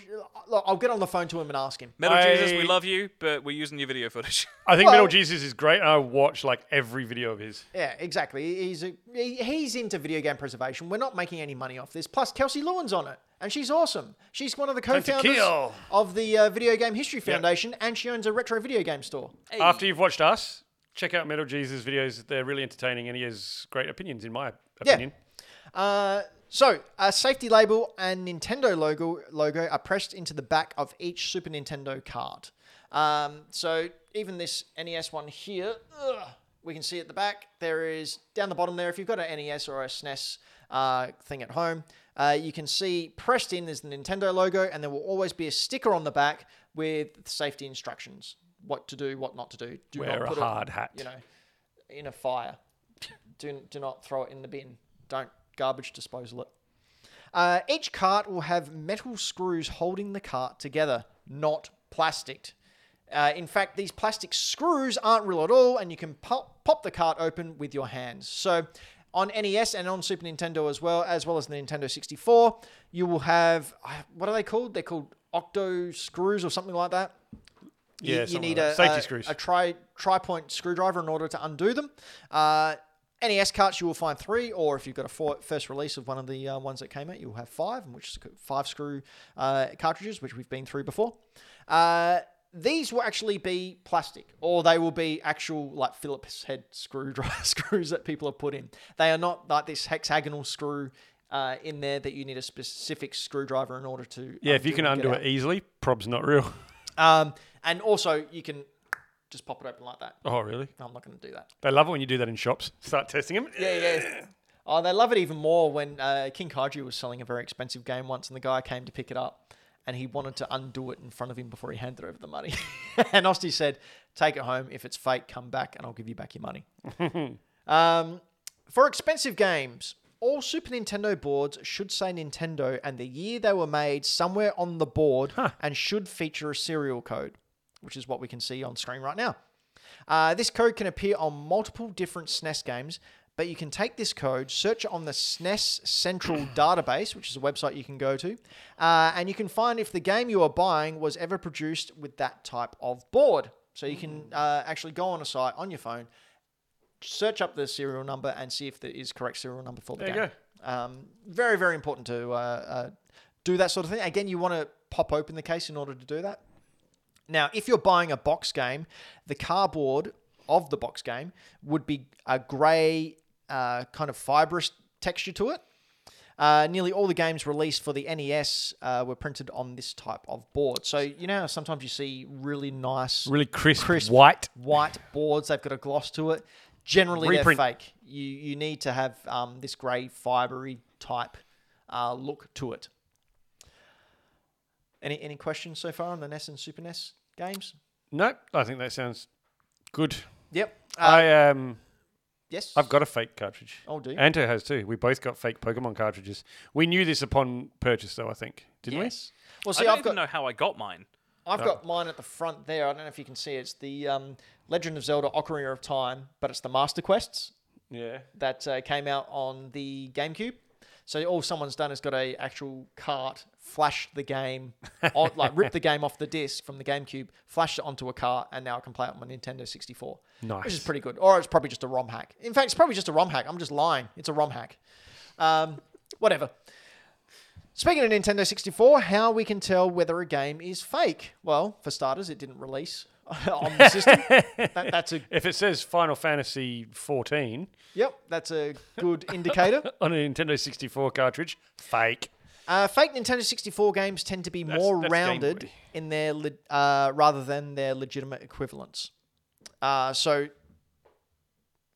Look, I'll get on the phone to him and ask him.
Metal Jesus, we
I-
love you, but we're using your video footage. [LAUGHS]
I think
Well-
Metal Jesus is great, and I watch like every video of his.
Yeah, exactly. He's a, he, he's into video game preservation. We're not making any money off this. Plus, Kelsey Lewin's on it, and she's awesome. She's one of the
to
co-founders
kill.
of the uh, Video Game History Foundation, and she owns a retro video game store.
After you've watched us, check out Metal Jesus videos. They're really entertaining, and he has great opinions, in my opinion.
Uh, so, a safety label and Nintendo logo logo are pressed into the back of each Super Nintendo card. Um, so, even this NES one here, ugh, we can see at the back there is down the bottom there. If you've got an NES or a SNES uh, thing at home, uh, you can see pressed in is the Nintendo logo, and there will always be a sticker on the back with safety instructions: what to do, what not to do. Do
Wear
not
a
put
hard
it,
hat.
You know, in a fire. Do, do not throw it in the bin. Don't garbage disposal it. Uh, each cart will have metal screws holding the cart together, not plastic. Uh, in fact, these plastic screws aren't real at all, and you can pop, pop the cart open with your hands. So, on NES and on Super Nintendo as well, as well as the Nintendo 64, you will have I- what are they called? They're called octo screws or something like that. You-
Yeah,
you,
something
need
like
a
that. safety
a-
screws.
a tri tri point screwdriver in order to undo them. Uh, NES carts you will find three, or if you've got a four, first release of one of the uh, ones that came out, you will have five, and which is five screw uh, cartridges, which we've been through before. Uh, these will actually be plastic, or they will be actual like Phillips head screwdriver [LAUGHS] screws that people have put in. They are not like this hexagonal screw. Uh, in there that you need a specific screwdriver in order to
yeah, if you can
and get
undo
out.
it easily, prob's not real. [LAUGHS]
Um, and also, you can just pop it open like that.
Oh, really?
No, I'm not going to do that.
They love it when you do that in shops. Start testing them.
Yeah, yeah. Oh, they love it even more when uh, King Kaiju was selling a very expensive game once, and the guy came to pick it up, and he wanted to undo it in front of him before he handed over the money. [LAUGHS] and Ostie said, "Take it home. If it's fake, come back, and I'll give you back your money." um, for expensive games, all Super Nintendo boards should say Nintendo and the year they were made somewhere on the board, and should feature a serial code, which is what we can see on screen right now. Uh, this code can appear on multiple different SNES games, but you can take this code, search on the SNES Central database, which is a website you can go to, uh, and you can find if the game you are buying was ever produced with that type of board. So you can uh, actually go on a site on your phone, search up the serial number, and see if there is correct serial number for the
There you
game. Um, very, very important to uh, uh, do that sort of thing. Again, you want to pop open the case in order to do that. Now, if you're buying a box game, the cardboard of the box game would be a grey uh, kind of fibrous texture to it. Uh, nearly all the games released for the NES uh, were printed on this type of board. So you know, how sometimes you see really nice,
Really crisp, white.
white boards. They've got a gloss to it. Generally,
Reprint.
they're fake. You you need to have um, this grey fibery type uh, look to it. Any any questions so far on the NES and Super NES games?
No, I think that sounds good.
Yep. Uh,
I um,
yes.
I've got a fake cartridge.
Oh, do you?
Anto has too. We both got fake Pokemon cartridges. We knew this upon purchase, though. I think didn't
yes. Well,
I
see,
don't
I've
even
got
know how I got mine.
I've got mine at the front there. I don't know if you can see. it. It's the um, Legend of Zelda: Ocarina of Time, but it's the Master Quests.
we? Yeah.
that uh, came out on the GameCube. So all someone's done is got a actual cart, flash the game, on, like rip the game off the disc from the GameCube, flash it onto a cart, and now I can play it on my Nintendo 64. Which is
Nice.
pretty good. Or it's probably just a ROM hack. In fact, it's probably just a ROM hack. I'm just lying. It's a ROM hack. Um, whatever. Speaking of Nintendo 64, how we can tell whether a game is fake? Well, for starters, it didn't release [LAUGHS] on the system. that, that's a
If it says Final Fantasy 14
yep. That's a good indicator.
on a Nintendo 64 cartridge, fake.
Uh, fake Nintendo 64 games tend to be
That's-
more
that's Game
rounded
Boy.
in their le- uh, rather than their legitimate equivalents. Uh, so,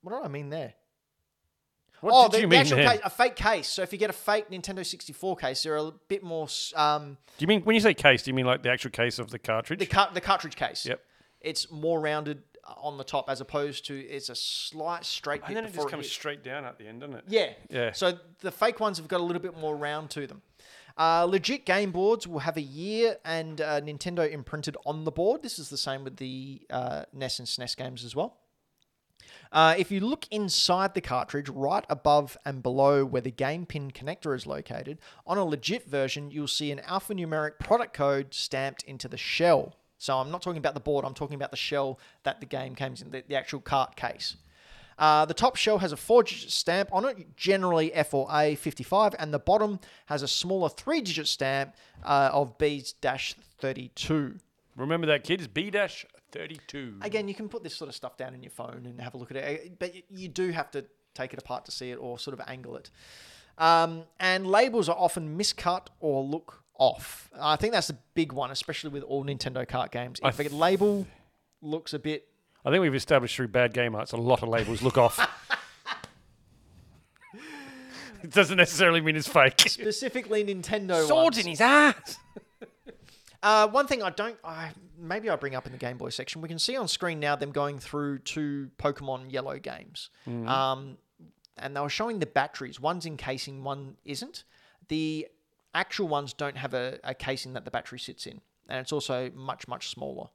what do I mean there?
What
oh,
did
the,
you
the
mean
actual
there?
case, a fake case. So if you get a fake Nintendo 64 case, they're a bit more s- um,
Do you mean when you say case? Do you mean like the actual case of the cartridge?
the car- the cartridge case.
Yep.
It's more rounded on the top as opposed to it's a slight straight. bit
and then it
before
just comes
hits.
straight down at the end, doesn't it?
Yeah.
Yeah.
So the fake ones have got a little bit more round to them. Uh, legit game boards will have a year and uh, Nintendo imprinted on the board. This is the same with the uh, NES and SNES games as well. Uh, if you look inside the cartridge, right above and below where the game pin connector is located, on a legit version, you'll see an alphanumeric product code stamped into the shell. So I'm not talking about the board, I'm talking about the shell that the game came in, the, the actual cart case. Uh, the top shell has a four digit stamp on it, generally F or A 55, and the bottom has a smaller three digit stamp uh, of B 32.
Remember that, kids? B dash 32.
Again, you can put this sort of stuff down in your phone and have a look at it, eh, but y- you do have to take it apart to see it or sort of angle it. Um, and labels are often miscut or look off. I think that's a big one, especially with all Nintendo cart games. If a label looks a bit
I think we've established through bad game arts a lot of labels look
[LAUGHS]
off. it doesn't necessarily mean it's fake.
specifically Nintendo, ones.
Swords in his ass.
Uh, one thing I don't, I, maybe I bring up in the Game Boy section. We can see on screen now them going through two Pokemon Yellow games,
Mm-hmm.
um, and they were showing the batteries. One's in casing, one isn't. The actual ones don't have a, a casing that the battery sits in, and it's also much much smaller.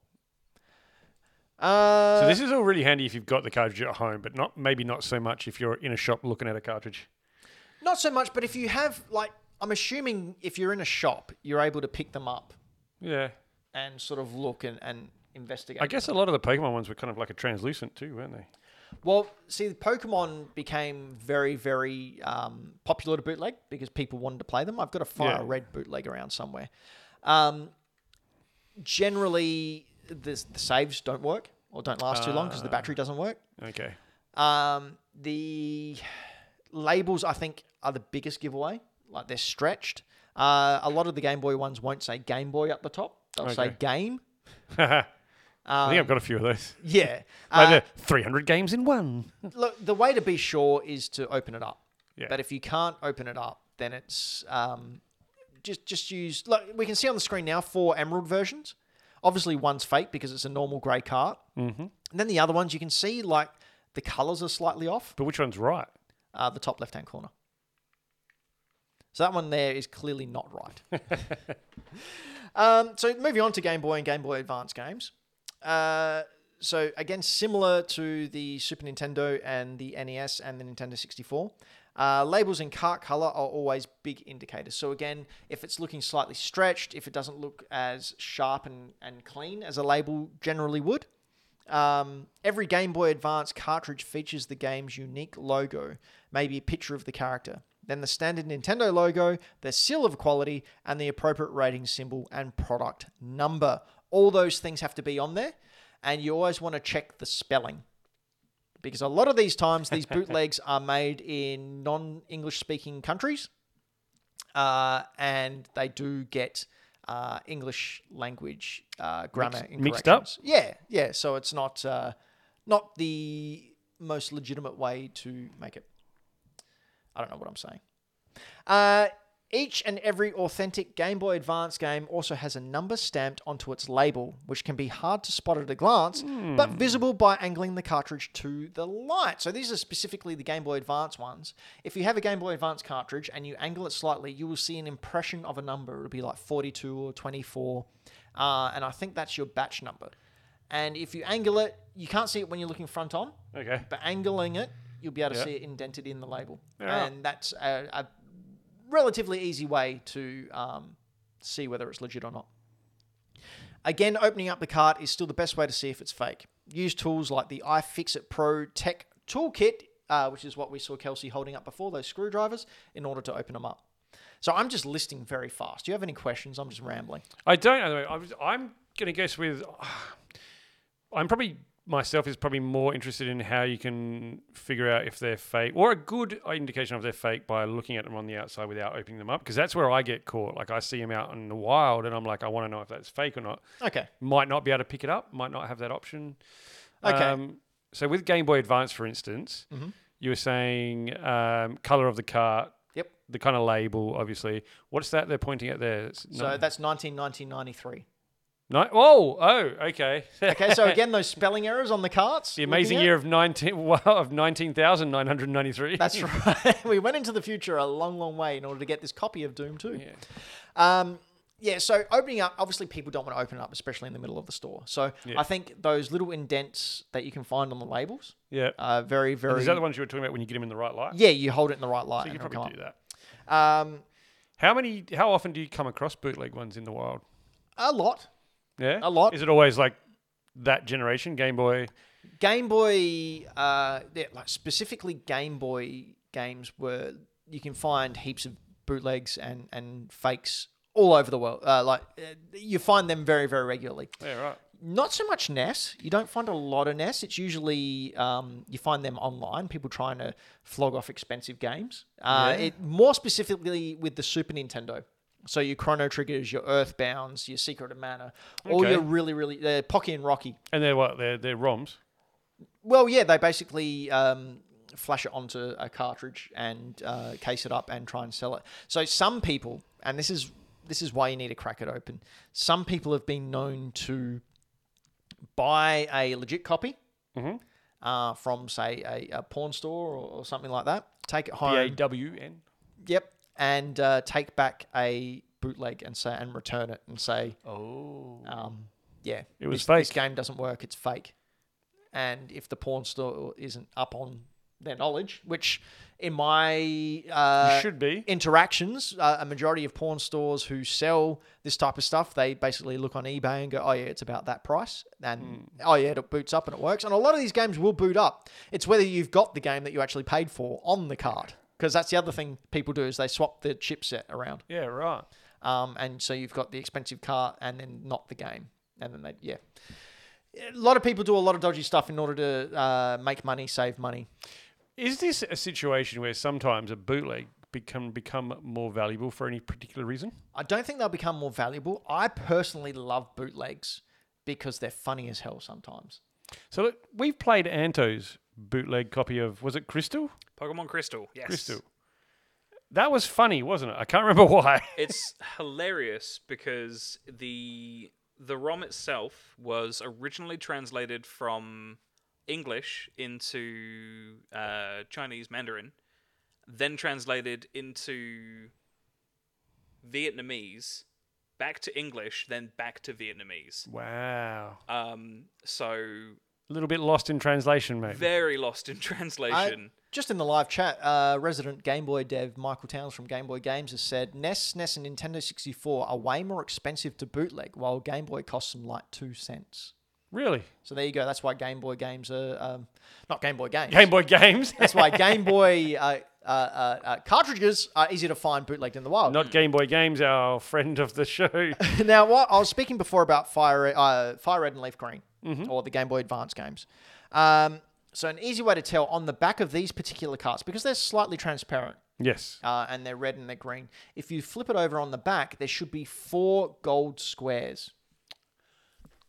Uh,
So this is all really handy if you've got the cartridge at home, but not maybe not so much if you're in a shop looking at a cartridge.
not so much, but if you have like, I'm assuming if you're in a shop, you're able to pick them up
Yeah.
and sort of look and, and investigate.
I guess a lot of the Pokemon ones were kind of like a translucent too, weren't they?
Well, see, Pokemon became very, very um, popular to bootleg because people wanted to play them. I've got a fire
Yeah.
red bootleg around somewhere. Um, generally, the, the saves don't work or don't last too long because the
Uh.
battery doesn't work.
Okay.
Um, the labels, I think, are the biggest giveaway. Like they're stretched. Uh, a lot of the Game Boy ones won't say Game Boy up the top. They'll say
Okay.
Game.
I think I've got a few of those.
Yeah.
Like
Uh,
the 300 games in one.
look, the way to be sure is to open it up.
Yeah.
But if you can't open it up, then it's um, just just use. Look, we can see on the screen now four emerald versions. Obviously, one's fake because it's a normal grey cart. Mm-hmm. And then the other ones, you can see like the colours are slightly off.
But which one's right?
Uh, the top left hand corner. So that one there is clearly not right. um, so moving on to Game Boy and Game Boy Advance games. Uh, so again, similar to the Super Nintendo and the NES and the Nintendo 64, uh, labels in cart color are always big indicators. So again, if it's looking slightly stretched, if it doesn't look as sharp and, and clean as a label generally would, um, every Game Boy Advance cartridge features the game's unique logo, maybe a picture of the character, then the standard Nintendo logo, the seal of quality, and the appropriate rating symbol and product number. All those things have to be on there, and you always want to check the spelling. Because a lot of these times, these bootlegs are made in non English speaking countries, uh, and they do get uh, English language uh, grammar
Mixed- mixed up?
incorrections. Yeah, yeah. So it's not uh, not the most legitimate way to make it. I don't know what I'm saying. Uh, each and every authentic Game Boy Advance game also has a number stamped onto its label, which can be hard to spot at a glance, but visible by angling the cartridge to the light. So these are specifically the Game Boy Advance ones. If you have a Game Boy Advance cartridge and you angle it slightly, you will see an impression of a number. It'll be like 42 or 24, uh, and I think that's your batch number. And if you angle it, you can't see it when you're looking front on,
Okay.
but angling it, you'll be able to
Yeah.
see it indented in the label,
Yeah.
and that's a, a relatively easy way to um, see whether it's legit or not. Again, opening up the cart is still the best way to see if it's fake. Use tools like the iFixit Pro Tech Toolkit, uh, which is what we saw Kelsey holding up before those screwdrivers, in order to open them up. So I'm just listing very fast. Do you have any questions? I'm just rambling.
I don't know. I was, I'm going to guess with. [SIGHS] I'm probably myself is probably more interested in how you can figure out if they're fake or a good indication of they're fake by looking at them on the outside without opening them up because that's where I get caught. Like I see them out in the wild and I'm like, I want to know if that's fake or not.
Okay.
Might not be able to pick it up. Might not have that option.
Okay.
Um,
Mm-hmm.
so with Game Boy Advance, for instance, you were saying um, color of the cart.
Yep.
The kind of label, obviously. What's that they're pointing at there? It's
So
not- [LAUGHS]
that's 1993.
No. Oh, oh, okay. [LAUGHS]
Okay, so again, those spelling errors on the carts.
the amazing year of nineteen [LAUGHS] wow, of nineteen thousand nine hundred ninety three.
That's right. [LAUGHS] we went into the future a long, long way in order to get this copy of Doom 2. Um, yeah, so opening up, obviously, people don't want to open up, especially in the middle of the store. So I think those little indents that you can find on the labels
[LAUGHS] yeah.
are very, very.
Is that the ones you were talking about when you get them in the right light?
Yeah, you hold it in the right light.
you
and
could
it'll
probably do
come
that.
up. Um,
How many? How often do you come across bootleg ones in the wild?
a lot.
Yeah,
A lot.
Is it always like that generation Game Boy?
Game Boy, uh, yeah, like specifically Game Boy games, were you can find heaps of bootlegs and and fakes all over the world. Uh, like uh, you find them very very regularly.
Yeah, right.
Not so much NES. You don't find a lot of NES. It's usually um, you find them online. People trying to flog off expensive games. Uh, It more specifically with the Super Nintendo. So your Chrono Triggers, your Earthbounds, your Secret of Mana, all
Okay.
your really really uh, Pocky and Rocky.
And they're what? They're they're ROMs.
Well, yeah, they basically um, flash it onto a cartridge and uh, case it up and try and sell it. So some people, and this is this is why you need to crack it open. Some people have been known to buy a legit copy
Mhm.
uh, from, say, a, a pawn store or, or something like that. Take it
B
home.
A W N.
Yep, and uh, take back a bootleg and say and return it and say
Oh.
um, yeah,
It was
this, This
fake.
game doesn't work. It's fake. And if the porn store isn't up on their knowledge, which in my uh,
you should be.
interactions, uh, a majority of porn stores who sell this type of stuff, they basically look on eBay and go, "Oh yeah, it's about that price," and
Hmm.
"Oh yeah, it boots up and it works." And a lot of these games will boot up. It's whether you've got the game that you actually paid for on the card, because that's the other thing people do is they swap the chipset around.
Yeah, right.
Um, and so you've got the expensive car and then not the game. And then they, yeah. A lot of people do a lot of dodgy stuff in order to uh, make money, save money.
Is this a situation where sometimes a bootleg become become more valuable for any particular reason?
I don't think they'll become more valuable. I personally love bootlegs because they're funny as hell sometimes.
So look, we've played Anto's bootleg copy of was it Crystal?
Pokemon Crystal, yes.
Crystal. That was funny, wasn't it? I can't remember [LAUGHS] why.
It's hilarious because the the ROM itself was originally translated from English into uh, Chinese Mandarin, then translated into Vietnamese, back to English, then back to Vietnamese.
wow.
Um, so
A little bit lost in translation, mate.
very lost in
I-
translation.
just in the live chat, uh, resident Game Boy dev Michael Towns from Game Boy Games has said NES, NES, and Nintendo 64 are way more expensive to bootleg, while Game Boy costs them like two cents.
really?
So there you go. That's why Game Boy games are um, not Game Boy games.
Game Boy games? [LAUGHS]
That's why Game Boy uh, uh, uh, uh, cartridges are easy to find bootlegged in the wild.
Not Game Boy games, our friend of the show.
[LAUGHS] now, what I was speaking before about Fire uh, Fire Red and Leaf Green, or the Game Boy Advance games. Um, so an easy way to tell on the back of these particular carts because they're slightly transparent
yes.
uh, and they're red and they're green. If you flip it over on the back, there should be four gold squares,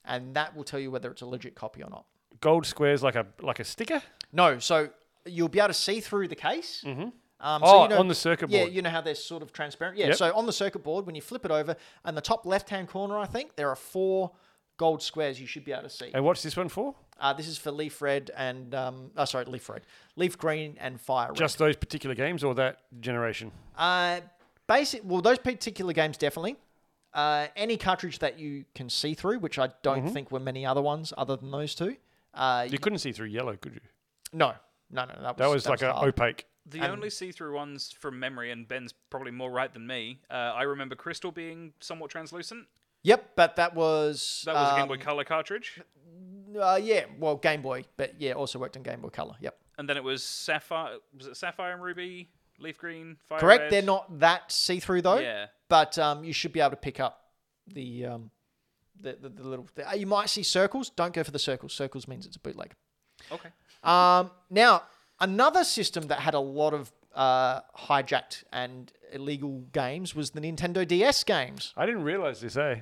and that will tell you whether it's a legit copy or not.
Gold squares like a like a sticker?
No, so you'll be able to see through the case. Mm-hmm. Um,
Oh, on the circuit
yeah,
board.
you know how they're sort of transparent. Yeah,
Yep.
so on the circuit board, when you flip it over, and the top left-hand corner, I think there are four gold squares you should be able to see.
And what's this one for?
Uh, this is for leaf red and um, oh, sorry, leaf red, leaf green, and fire red.
Just those particular games or that generation?
Uh, basic. Well, those particular games definitely. Uh, any cartridge that you can see through, which I don't think were many other ones other than those two. Uh,
Mm-hmm. You couldn't see through yellow, could you?
no, no, no, that was
That was like a
hard.
opaque.
The only see-through ones from memory, and Ben's probably more right than me. Uh, I remember Crystal being somewhat translucent.
Yep, but that was
That was a
um,
Game Boy Color cartridge,
Uh, yeah, well, Game Boy, but yeah, also worked on Game Boy Color. Yep,
and then it was Sapphire. Was it Sapphire and Ruby, Leaf Green, Fire
correct.
Red?
They're not that see through though.
Oh, Yeah.
But um, you should be able to pick up the um, the, the, the little. The, uh, you might see circles. Don't go for the circles. Circles means it's a bootleg.
Okay.
Um, now another system that had a lot of uh, hijacked and illegal games was the Nintendo DS games.
I didn't realize this, eh?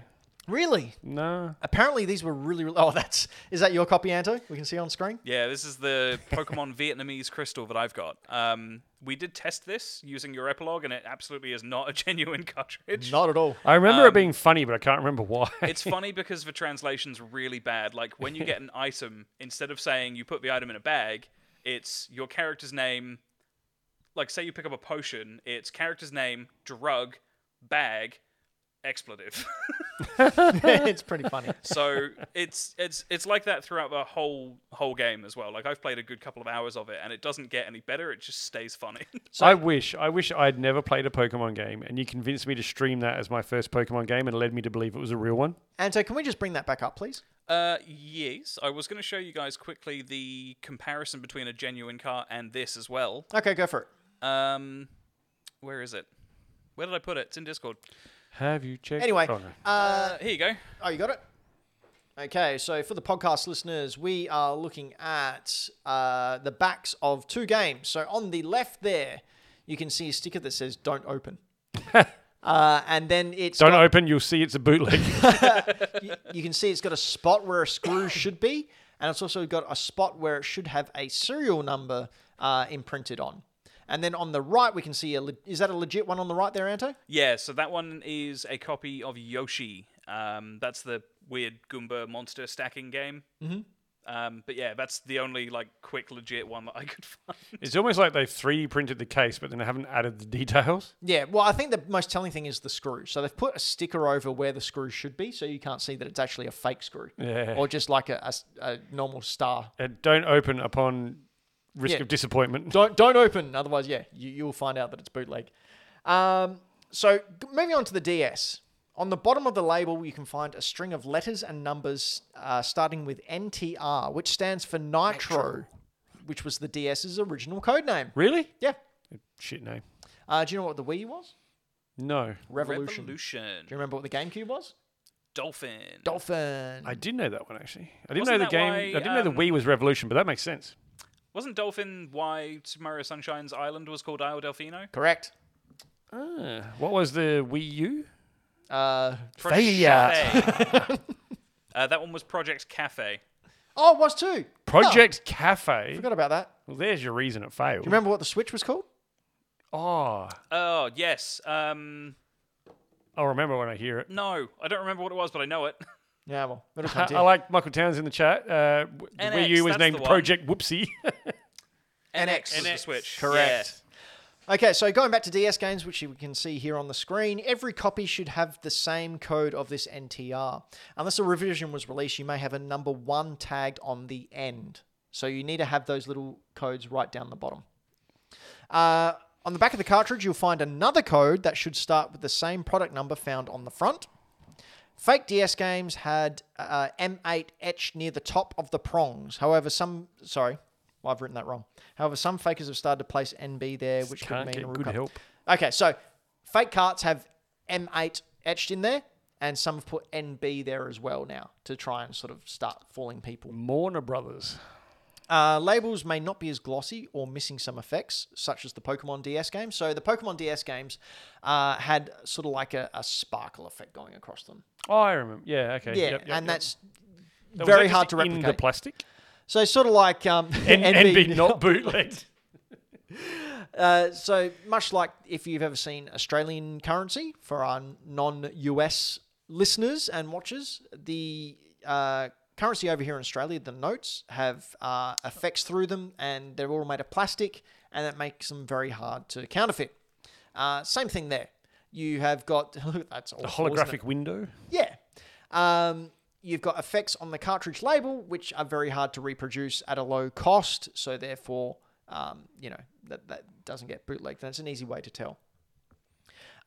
Really?
No.
Apparently, these were really, really. Oh, that's. Is that your copy, Anto? We can see on screen?
Yeah, this is the [LAUGHS] Pokemon Vietnamese crystal that I've got. Um, we did test this using your epilogue, and it absolutely is not a [LAUGHS] genuine cartridge.
Not at all.
I remember it being funny, but I can't remember [LAUGHS] why.
It's funny because the translation's really bad. Like when you [LAUGHS] get an item, instead of saying you put the item in a bag, it's your character's name. Like say you pick up a potion, it's character's name, drug, bag, expletive.
[LAUGHS]
[LAUGHS]
it's pretty [LAUGHS] funny.
so it's it's it's like that throughout the whole whole game as well. Like I've played a good couple of hours of it, and it doesn't get any better. It just stays funny. [LAUGHS]
I wish, I wish I'd never played a Pokemon game, and you convinced me to stream that as my first Pokemon game, and led me to believe it was a real one.
Anto, can we just bring that back up, please?
Uh, yes, I was going to show you guys quickly the comparison between a genuine car and this as well.
Okay, go for it.
Um, where is it? Where did I put it? It's in Discord.
Have you checked?
Anyway,
Oh, no.
uh,
Uh, here you go.
oh, you got it? Okay, so for the podcast listeners, we are looking at uh, the backs of two games. So on the left there, you can see a sticker that says "Don't open," uh, and then it's
don't
got-
open. You'll see it's a bootleg. [LAUGHS]
you, you can see it's got a spot where a screw should be, and it's also got a spot where it should have a serial number uh, imprinted on. And then on the right, we can see a. le- Is that a legit one on the right there, Anto?
Yeah, so that one is a copy of Yoshi. Um, that's the weird Goomba monster stacking game. Mm-hmm. Um, but yeah, that's the only like quick legit one that I could [LAUGHS] find.
it's almost like they've 3D printed the case, but then they haven't added the details.
Yeah. Well, I think the most telling thing is the screw. So they've put a sticker over where the screw should be, so you can't see that it's actually a fake screw.
Yeah.
Or just like a, a s- a normal star.
And Uh, don't open upon risk
Yeah. [LAUGHS]
of disappointment.
Don't don't open, otherwise, yeah, you, you'll find out that it's bootleg. Um, so g- moving on to the DS. On the bottom of the label, you can find a string of letters and numbers uh, starting with NTR, which stands for Nitro, which was the DS's original code name.
Really?
Yeah.
Shit name.
Uh, do you know what the Wii was?
No,
Revolution. Do
Revolution.
you remember what the GameCube was?
Dolphin.
Dolphin.
I did know that one actually. I didn't
Wasn't
know the
that
game.
why,
I didn't know the
um,
Wii was Revolution, but that makes sense.
Wasn't Dolphin why Super Mario Sunshine's island was called Isle Delfino?
Correct.
Ah, what was the Wii U?
Oh. Uh,
Project- [LAUGHS] uh, that one was Project Cafe.
oh, it was too. Oh,
Project Cafe.
Forgot about that.
Well, there's your reason it failed.
Do you remember what the Switch was called?
Oh,
Oh yes. Um,
I'll remember when I hear it.
no, I don't remember what it was, but I know it. [LAUGHS]
Yeah, well, it'll
I, [LAUGHS]
come to
I
you.
like Michael Towns in the chat. Uh, w- the Wii
NX,
U was
that's the
named
one.
Project
[LAUGHS]
Whoopsie.
NX.
was the Switch.
Correct.
Yeah.
Okay, so going back to DS games, which you can see here on the screen, every copy should have the same code of this NTR. Unless a revision was released, you may have a number one tagged on the end. So you need to have those little codes right down the bottom. Uh, on the back of the cartridge, you'll find another code that should start with the same product number found on the front. Fake DS games had uh, M8 etched near the top of the prongs. However, some sorry, well, I've written that wrong. However, some fakers have started to place NB there, which could
Can't
mean a
get
real
good
cut.
help.
Okay, so fake carts have M8 etched in there, and some have put NB there as well now to try and sort of start fooling people.
Warner Brothers.
Uh, labels may not be as glossy or missing some effects, such as the Pokemon DS games. So the Pokemon DS games uh, had sort of like a, a sparkle effect going across them.
Oh, I remember. Yeah. Okay.
Yeah,
Yep, yep,
and
yep.
that's
Now, was that
very
just
hard to
In the
replicate.
plastic.
so sort of like um,
And, and
NB
be
[LAUGHS]
not bootlegged.
Uh, so much like if you've ever seen Australian currency for our non-US listeners and watchers, the uh, currency over here in Australia, the notes have uh, effects through them, and they're all made of plastic, and that makes them very hard to counterfeit. Uh, same thing there. You have got [LAUGHS] that's awful,
A
isn't it?
holographic window.
Yeah. Um, you've got effects on the cartridge label, which are very hard to reproduce at a low cost. So, therefore, um, you know, that, that doesn't get bootlegged. That's an easy way to tell.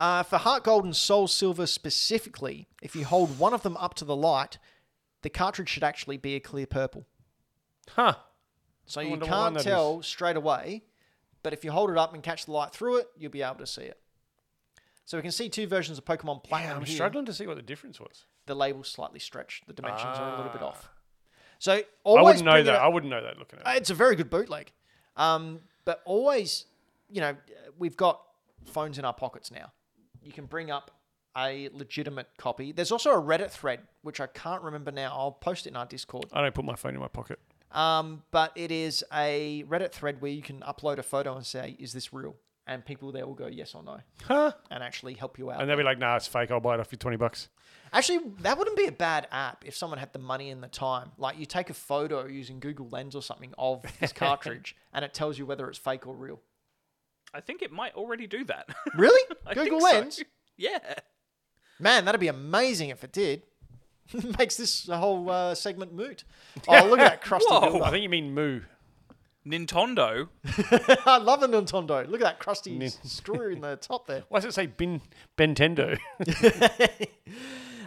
Uh, for Heart Gold and Soul Silver specifically, if you hold one of them up to the light, the cartridge should actually be a clear purple.
Huh.
So
I
you
wonder what one
can't
that is.
tell straight away, but if you hold it up and catch the light through it, you'll be able to see it. So we can see two versions of Pokemon Platinum.
Yeah, I'm
here
struggling to see what the difference was.
the label's slightly stretched. The dimensions are a little bit
Ah.
off. So
I
always
wouldn't know
bring it
that.
up-
I wouldn't know that looking at it.
Uh, it's a very good bootleg, um, but always, you know, we've got phones in our pockets now. You can bring up a legitimate copy. There's also a Reddit thread, which I can't remember now. I'll post it in our Discord.
I don't put my phone in my pocket.
Um, but it is a Reddit thread where you can upload a photo and say, is this real? And people there will go yes or no
Huh?
and actually help you out.
And they'll be like, nah, it's fake. I'll buy it off you 20 bucks.
Actually, that wouldn't be a bad app if someone had the money and the time. Like you take a photo using Google Lens or something of
[LAUGHS]
this cartridge and it tells you whether it's fake or real.
I think it might already do that.
Really?
[LAUGHS] I think
Google
so.
Lens?
[LAUGHS] Yeah.
Man, that'd be amazing if it did. [LAUGHS] Makes this whole uh, segment
[LAUGHS]
moot. Oh, look at that crusty
Whoa.
I
builder.
think you mean moo.
Nintendo.
[LAUGHS] I love a Nintendo. Look at that crusty
Nin-
s- screw in the top
[LAUGHS]
there.
Why does it say bin Bentendo?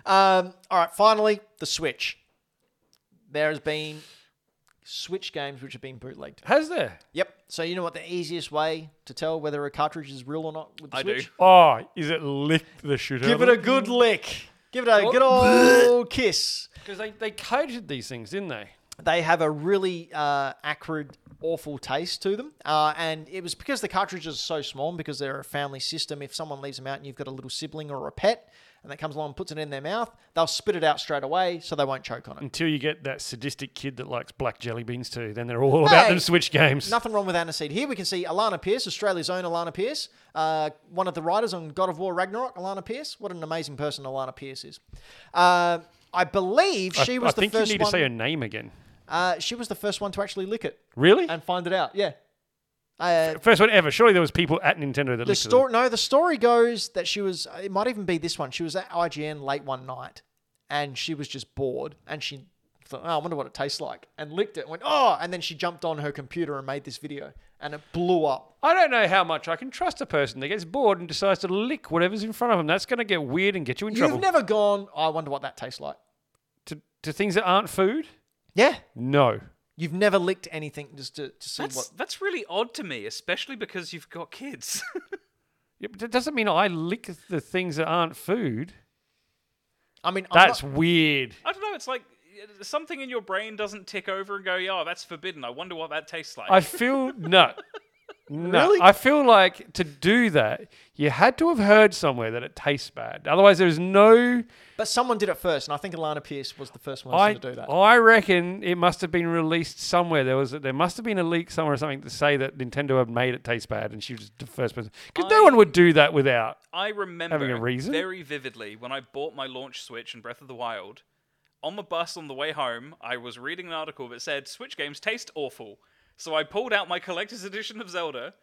Um, all right, finally, the Switch. There has been Switch games which have been bootlegged.
Has there?
Yep. So you know what the easiest way to tell whether a cartridge is real or not with the
I do.
Switch?
[LAUGHS] Oh, is it lick the shooter?
Give it a good lick. Give it a good old kiss.
Because they, they coded these things, didn't they?
they have a really uh, acrid, awful taste to them. Uh, and it was because the cartridges are so small, and because they're a family system. If someone leaves them out and you've got a little sibling or a pet, and that comes along and puts it in their mouth, they'll spit it out straight away, so they won't choke on it.
Until you get that sadistic kid that likes black jelly beans too. Then they're all about
Hey,
them Switch games.
Nothing wrong with aniseed. Here we can see Alana Pierce, Australia's own Alana Pierce, uh, one of the writers on God of War Ragnarok. Alana Pierce, what an amazing person Alana Pierce is. Uh, I believe she
I,
was
I
the
think
first
you need
one.
to say her name again.
uh, she was the first one to actually lick it
Really?
and find it out. Yeah. Uh,
First one ever. Surely there was people at Nintendo that
The
licked
story, no, the story goes that she was. It might even be this one. She was at IGN late one night, and she was just bored, and she thought, "Oh, I wonder what it tastes like," and licked it, and went, "Oh!" And then she jumped on her computer and made this video, and it blew up.
I don't know how much I can trust a person that gets bored and decides to lick whatever's in front of them. That's going to get weird and get you in trouble.
You've never gone. "Oh, I wonder what that tastes like.
to, to things that aren't food?
Yeah,
No.
you've never licked anything just to, to see
That's
what.
that's really odd to me, especially because you've got kids. [LAUGHS]
Yeah, but that doesn't mean I lick the things that aren't food.
I mean, I'm
That's
not-
weird.
I don't know. It's like uh, something in your brain doesn't tick over and go, "Yeah, that's forbidden." I wonder what that tastes like.
I feel no. No,
Really?
I feel like to do that, you had to have heard somewhere that it tastes bad. Otherwise, there is no.
but someone did it first, and I think Alana Pierce was the first one
I
to do that.
I reckon it must have been released somewhere. There was there must have been a leak somewhere or something to say that Nintendo had made it taste bad, and she was the first person because no one would do that without.
I remember
reason?
very vividly when I bought my launch Switch and Breath of the Wild. On the bus on the way home, I was reading an article that said Switch games taste awful. So I pulled out my collector's edition of Zelda,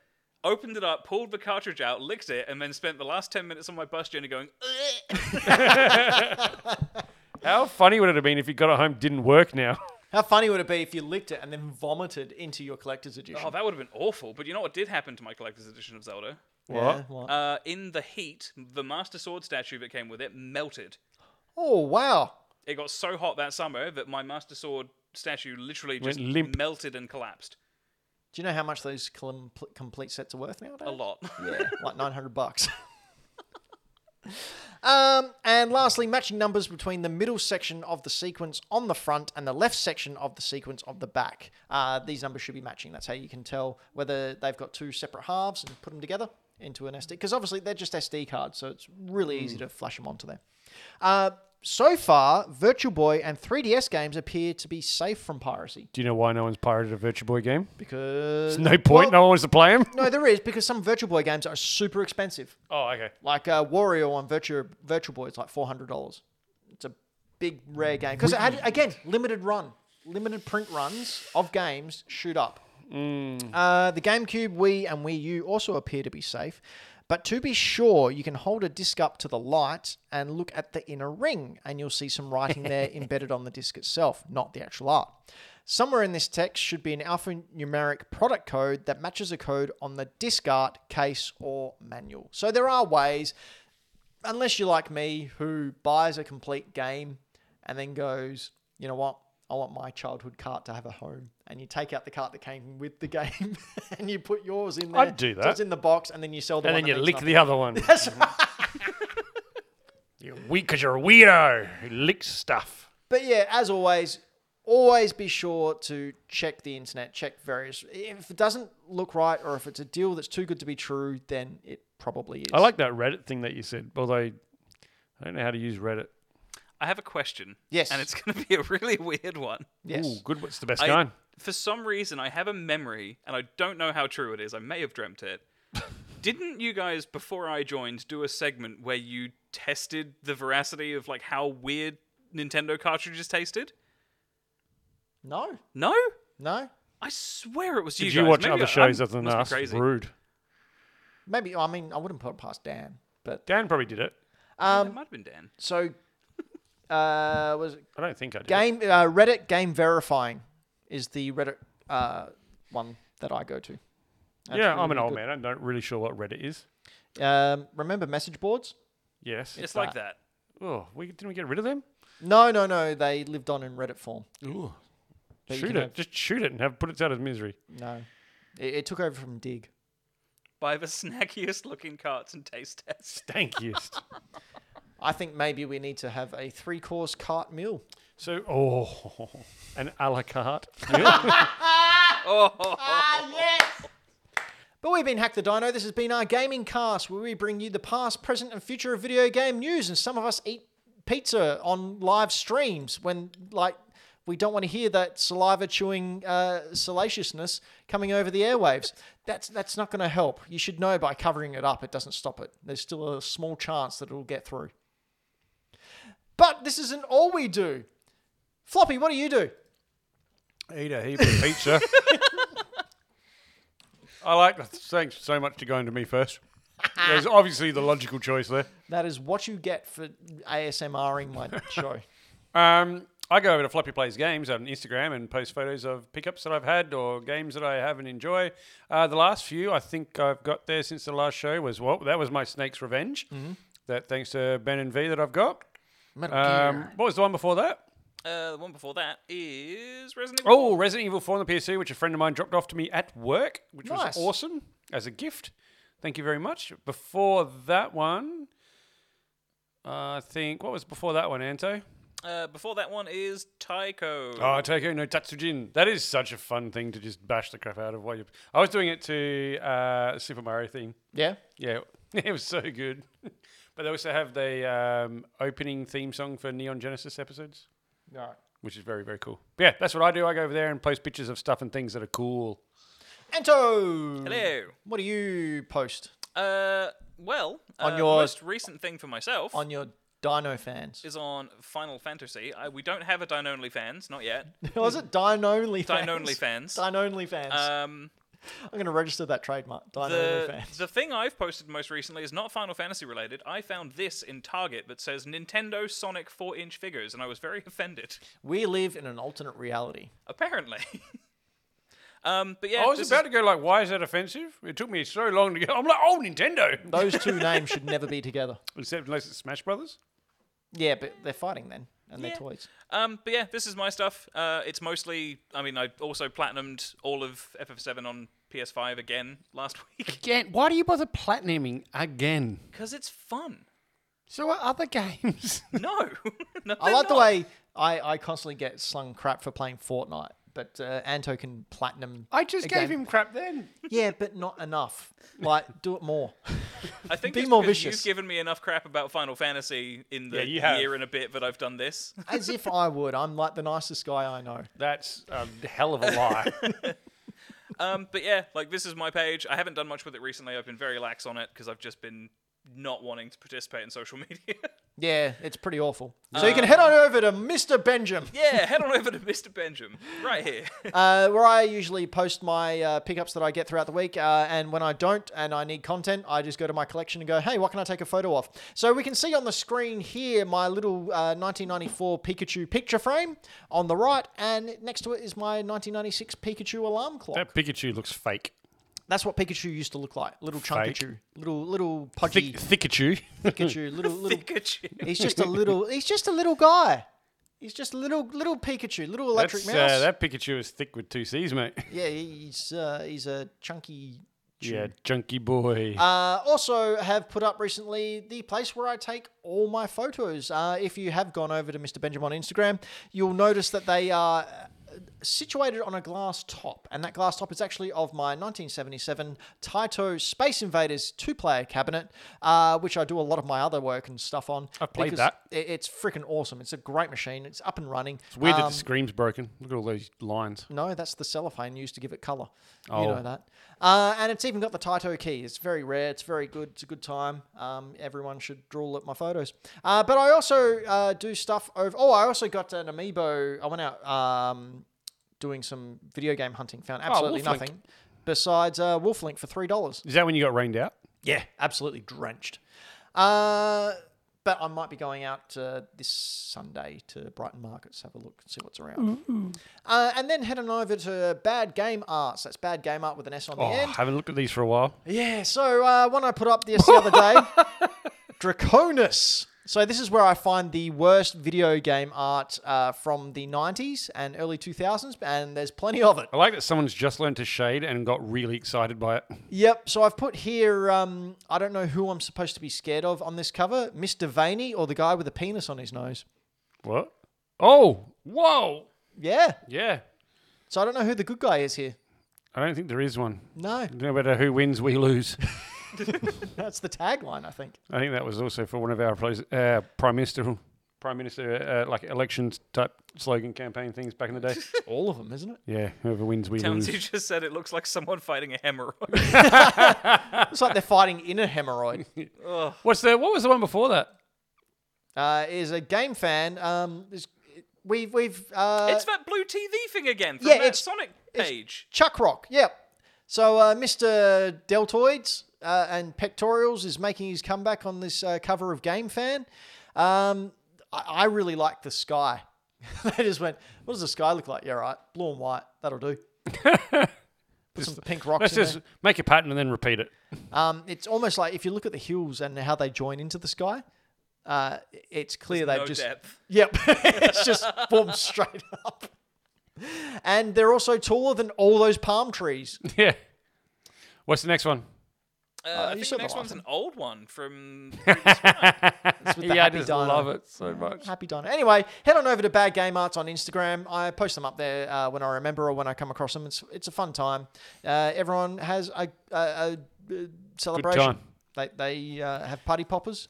opened it up, pulled the cartridge out, licked it, and then spent the last 10 minutes on my bus journey going, "Ugh."
How funny would it have been if you got it home didn't work now? [LAUGHS]
How funny would it be if you licked it and then vomited into your collector's edition?
Oh, that would have been awful. But you know what did happen to my collector's edition of Zelda?
Yeah, what?
Uh, in the heat, the Master Sword statue that came with it melted.
oh wow.
It got so hot that summer that my Master Sword statue literally
Went
just
limp.
melted and collapsed.
Do you know how much those com- complete sets are worth nowadays?
A lot. [LAUGHS]
Yeah, [LAUGHS] like 900 bucks. [LAUGHS] um, and lastly, matching numbers between the middle section of the sequence on the front and the left section of the sequence of the back. Uh, these numbers should be matching. That's how you can tell whether they've got two separate halves and put them together into an SD. Because obviously they're just SD cards, so it's really easy
Mm.
to flash them onto there. Uh, so far, Virtual Boy and 3DS games appear to be safe from piracy
Do you know why no one's pirated a Virtual Boy game?
because
No point.
Well,
no one wants to play them.
no, there is because some Virtual Boy games are super expensive.
Oh, okay.
Like uh, Wario on Virtual Virtual Boy is like four hundred dollars. It's a big rare game because it had again limited run, limited print runs of games shoot up. Uh, the GameCube, Wii, and Wii U also appear to be safe. But to be sure, you can hold a disc up to the light and look at the inner ring, and you'll see some writing there embedded on the disc itself, not the actual art. Somewhere in this text should be an alphanumeric product code that matches a code on the disc art, case, or manual. So there are ways, unless you're like me, who buys a complete game and then goes, you know what? I want my childhood cart to have a home. And you take out the cart that came with the [LAUGHS] game and you put yours in there.
I'd do
So
that.
it's in the box and then you sell the
And
one
then you
that means
lick
nothing.
the other [LAUGHS] one.
That's right.
You're weak because you're a weirdo who licks stuff.
But yeah, as always, always be sure to check the internet, check various. If it doesn't look right or if it's a deal that's too good to be true, then it probably is.
I like that Reddit thing that you said, although I don't know how to use Reddit.
I have a question.
Yes.
And it's [LAUGHS] going to be a really weird one.
Yes.
Ooh, good. What's the best
I-
kind?
for some reason, I have a memory, and I don't know how true it is. I may have
[LAUGHS]
dreamt it. Didn't you guys, before I joined, do a segment where you tested the veracity of like how weird Nintendo cartridges tasted?
No.
No,
No.
I swear it was you.
Did you
guys.
watch
Maybe
other
I-
shows
I'm-
other than
must be
us?
Crazy.
Rude.
Maybe. I mean, I wouldn't put it past Dan. But um,
Dan probably did it.
Yeah, it might have been Dan.
so, [LAUGHS] uh, was it
I don't think I did.
game uh, Reddit game verifying is the Reddit uh, one that I go to.
yeah, I'm an old man. I'm not really sure what Reddit is.
Um, remember message boards?
Yes.
It's like that.
Oh, we didn't we get rid of them?
No, no, no. They lived on in Reddit form.
Ooh.
But you
shoot
can
it.
have-
Just shoot it and have put it out of misery.
No, it, it took over from Dig.
Buy the [LAUGHS] snackiest looking carts and taste test. [LAUGHS]
Stankiest.
I think maybe we need to have a three-course cart meal.
so, oh, an a la carte.
Oh, uh,
But we've been Hack the Dino. This has been our gaming cast where we bring you the past, present, and future of video game news. And some of us eat pizza on live streams when, like, we don't want to hear that saliva chewing uh, salaciousness coming over the airwaves. That's that's not going to help. You should know by covering it up, it doesn't stop it. There's still a small chance that it'll get through. But this isn't all we do. Floppy, what do you do?
Eat a heap of pizza. [LAUGHS] I like that. Thanks so much to going to me first. There's obviously the logical choice there.
That is what you get for ASMRing [LAUGHS] my show.
Um, I go over to Floppy Plays Games on Instagram and post photos of pickups that I've had or games that I have and enjoy. Uh, the last few I think I've got there since the last show was well, that was my Snake's Revenge. That thanks to Ben and V that I've got.
Metal
Um, what was the one before that?
Uh, the one before that is Resident Evil.
Oh, Resident Evil 4 on the PC, which a friend of mine dropped off to me at work, which
Nice.
was awesome as a gift. Thank you very much. Before that one, I think, what was before that one, Anto?
Uh, before that one is Tycho.
Oh, Tokyo no Tatsujin. That is such a fun thing to just bash the crap out of while you. I was doing it to uh, Super Mario theme.
Yeah.
Yeah, [LAUGHS] it was so good. [LAUGHS] but they also have the um, opening theme song for Neon Genesis episodes,
All right.
which is very, very cool. But yeah, that's what I do. I go over there and post pictures of stuff and things that are cool.
Anto.
Hello.
What do you post
Uh, well,
On
uh,
your-
the most recent thing for myself
on your Dino fans? [LAUGHS]
is on Final Fantasy. I, we don't have a Dine Only fans, not yet.
Was it [LAUGHS] Dino only fans? Uh,
Dine Only fans.
Dine only fans.
Um,
I'm going to register that trademark. Dino only
the
fans.
the thing I've posted most recently is not Final Fantasy related. I found this in Target that says Nintendo Sonic four inch figures, and I was very [LAUGHS] offended.
We live in an alternate reality.
Apparently. [LAUGHS] um, but yeah,
Oh,
I was
this
about
is-
to go like, why is that offensive? It took me so long to get. I'm like, oh, Nintendo.
Those [LAUGHS] two names should never be together.
Except unless it's Smash Brothers.
Yeah, but they're fighting then, and
Yeah.
they're toys.
Um, but yeah, this is my stuff. Uh, it's mostly, I mean, I also platinumed all of FF7 on PS5 again last [LAUGHS] week
Again, why do you bother platinuming again?
because
[LAUGHS]
it's fun.
So are other games. [LAUGHS]
No, [LAUGHS] No,
I
they're
like the
not.
way I, I constantly get slung crap for playing Fortnite, but uh, Anto can platinum.
I just
a
gave
game.
him crap then.
[LAUGHS] Yeah, but not enough. Like, do it more.
I think
Be
it's
more
because
vicious.
You've given me enough crap about Final Fantasy in the
Yeah, you have.
year and a bit that I've done this.
[LAUGHS] As if I would. I'm like the nicest guy I know.
That's a hell of a [LAUGHS] lie.
Um, but yeah, like this is my page. I haven't done much with it recently. I've been very lax on it because I've just been not wanting to participate in social [LAUGHS] media.
Yeah, it's pretty awful. So you can head on over to Mr. Benjamin,
yeah, head on over to Mr. Benjamin right here.
[LAUGHS]
[LAUGHS]
uh, where I usually post my uh, pickups that I get throughout the week. Uh, and when I don't and I need content, I just go to my collection and go, hey, what can I take a photo of? So we can see on the screen here my little uh, 1994 Pikachu picture frame on the right, and next to it is my 1996 Pikachu alarm clock.
that Pikachu looks fake.
That's what Pikachu used to look like. Little
Fake.
chunkachu, little little podgy [LAUGHS]
Thick, Thickachu.
Pikachu, little little
Pikachu.
He's
[LAUGHS]
just a little. He's just a little guy. He's just a little little Pikachu, little electric
That's,
mouse.
uh, that Pikachu is thick with two C's, mate.
Yeah, he's uh, he's a chunky.
Yeah, junky boy.
Uh, also, have put up recently the place where I take all my photos. Uh, if you have gone over to Mr. Benjamin on Instagram, you'll notice that they are situated on a glass top, and that glass top is actually of my 1977 Taito Space Invaders two-player cabinet, uh, which I do a lot of my other work and stuff on.
I've played
because
that.
i- It's freaking awesome. It's a great machine. It's up and running.
It's weird that
Um,
the screen's broken. Look at all those lines.
no, that's the cellophane used to give it color. You
Oh.
know that. Uh, and it's even got the Taito key. It's very rare. It's very good. It's a good time. Um, everyone should drool at my photos. Uh, but I also uh, do stuff over. Oh, I also got an amiibo. I went out um, doing some video game hunting. Found absolutely
Oh, Wolf Link.
nothing besides uh, Wolf Link for three dollars.
Is that when you got rained out?
Yeah, absolutely drenched. Uh, but I might be going out uh, this Sunday to Brighton Markets, have a look, see what's around. Uh, and then head on over to Bad Game Arts. That's Bad Game Art with an S on the
Oh,
end.
haven't looked at these for a while.
Yeah, so uh, one I put up this the other day, Draconis. So this is where I find the worst video game art uh, from the 90s and early 2000s, and there's plenty of it.
I like that someone's just learned to shade and got really excited by it.
Yep. So I've put here. Um, I don't know who I'm supposed to be scared of on this cover, Mr. Vaney or the guy with a penis on his nose.
What? Oh, whoa.
Yeah.
Yeah.
So I don't know who the good guy is here.
I don't think there is one.
No, [LAUGHS]
No matter who wins, we lose. [LAUGHS]
that's the tagline. I think.
I think that was also for one of our pres- uh, prime minister, prime minister uh, like elections type slogan campaign things back in [LAUGHS] the day.
It's [LAUGHS] all of them, isn't it?
yeah, whoever wins, we
Towns,
lose.
you just said it looks like someone fighting a hemorrhoid.
Uh, It's like they're fighting in a hemorrhoid.
What's the what was the one before that?
Uh, is a game fan. Um, is, we've we've uh,
[LAUGHS] it's that blue TV thing again from
Yeah,
that
it's-
Sonic page.
Chuck Rock. Yep. So uh, Mr. Deltoids uh, and Pectorials is making his comeback on this uh, cover of Game Fan. Um, I, I really like the sky. [LAUGHS] they just went, what does the sky look like? Yeah, right. Blue and white. That'll
[LAUGHS]
do. Put some pink rocks
Let's
in
just
there.
make a pattern and then repeat it. [LAUGHS]
Um, it's almost like if you look at the hills and how they join into the sky, uh, it's clear they've
no
just
depth.
[LAUGHS] Yep. it's just formed straight [LAUGHS] up. And they're also taller than all those palm trees.
Yeah. What's the next one?
Uh,
you
I think
said
the
the
next
last
one's
one.
an old one from
It's with the
yeah, I
happy
just
dino.
love it so much.
Happy Dino. Anyway, head on over to Bad Game Arts on Instagram. I post them up there uh, when I remember or when I come across them. It's, it's a fun time. Uh, everyone has a, a, a, uh celebration.
time.
They, they uh, have party poppers.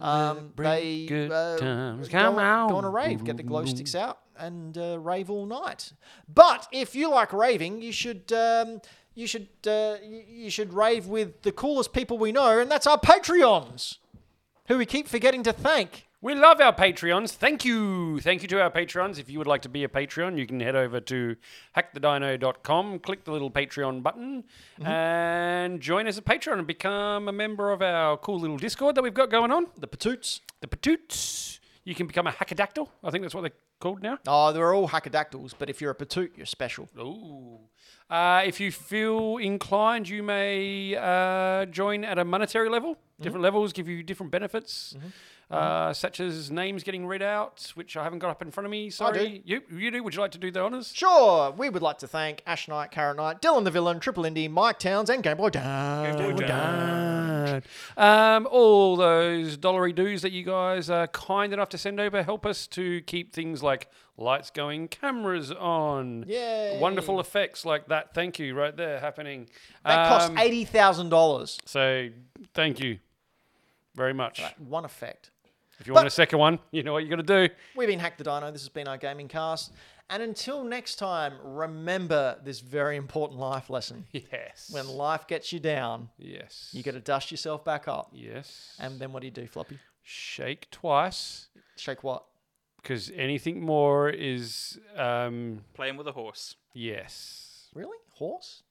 Um,
Celebrate
they
good
uh,
times.
go,
Come
on-
on.
go on a rave, get the glow sticks out, and uh, rave all night. But if you like raving, you should um, you should uh, you you should rave with the coolest people we know, and that's our Patreons, who we keep forgetting to thank.
We love our Patreons. Thank you. Thank you to our Patreons. If you would like to be a Patreon, you can head over to hackthedino.com, click the little Patreon button, and join as a Patreon and become a member of our cool little Discord that we've got going on,
The Patoots.
the Patoots. You can become a Hackadactyl. I think that's what they're called now.
Oh, they're all hackadactyls, but if you're a Patoot, you're special.
Ooh. Uh, if you feel inclined, you may uh, join at a monetary level.
Mm-hmm.
Different levels give you different benefits, uh, such as names getting read out, which I haven't got up in front of me. Sorry. You, you do. Would you like to do the honors?
Sure, we would like to thank Ash Knight, Karen Knight, Dylan the Villain, Triple Indie, Mike Towns, and Game Boy [LAUGHS] Down.
Um, all those dollary dues that you guys are kind enough to send over help us to keep things like lights going, cameras on,
Yay.
wonderful effects like that. Thank you, right there, happening.
That costs
Um,
eighty thousand dollars.
So thank you very much.
One effect.
If you
But-
want a second one, you know what you got to do.
We've been Hack the Dino. This has been our gaming cast. And until next time, remember this very important life lesson.
Yes.
When life gets you down,
yes.
you got to dust yourself back up.
yes.
And then what do you do, Floppy?
shake twice
Shake what?
because anything more is um
Playing with a Horse.
yes.
Really? Horse?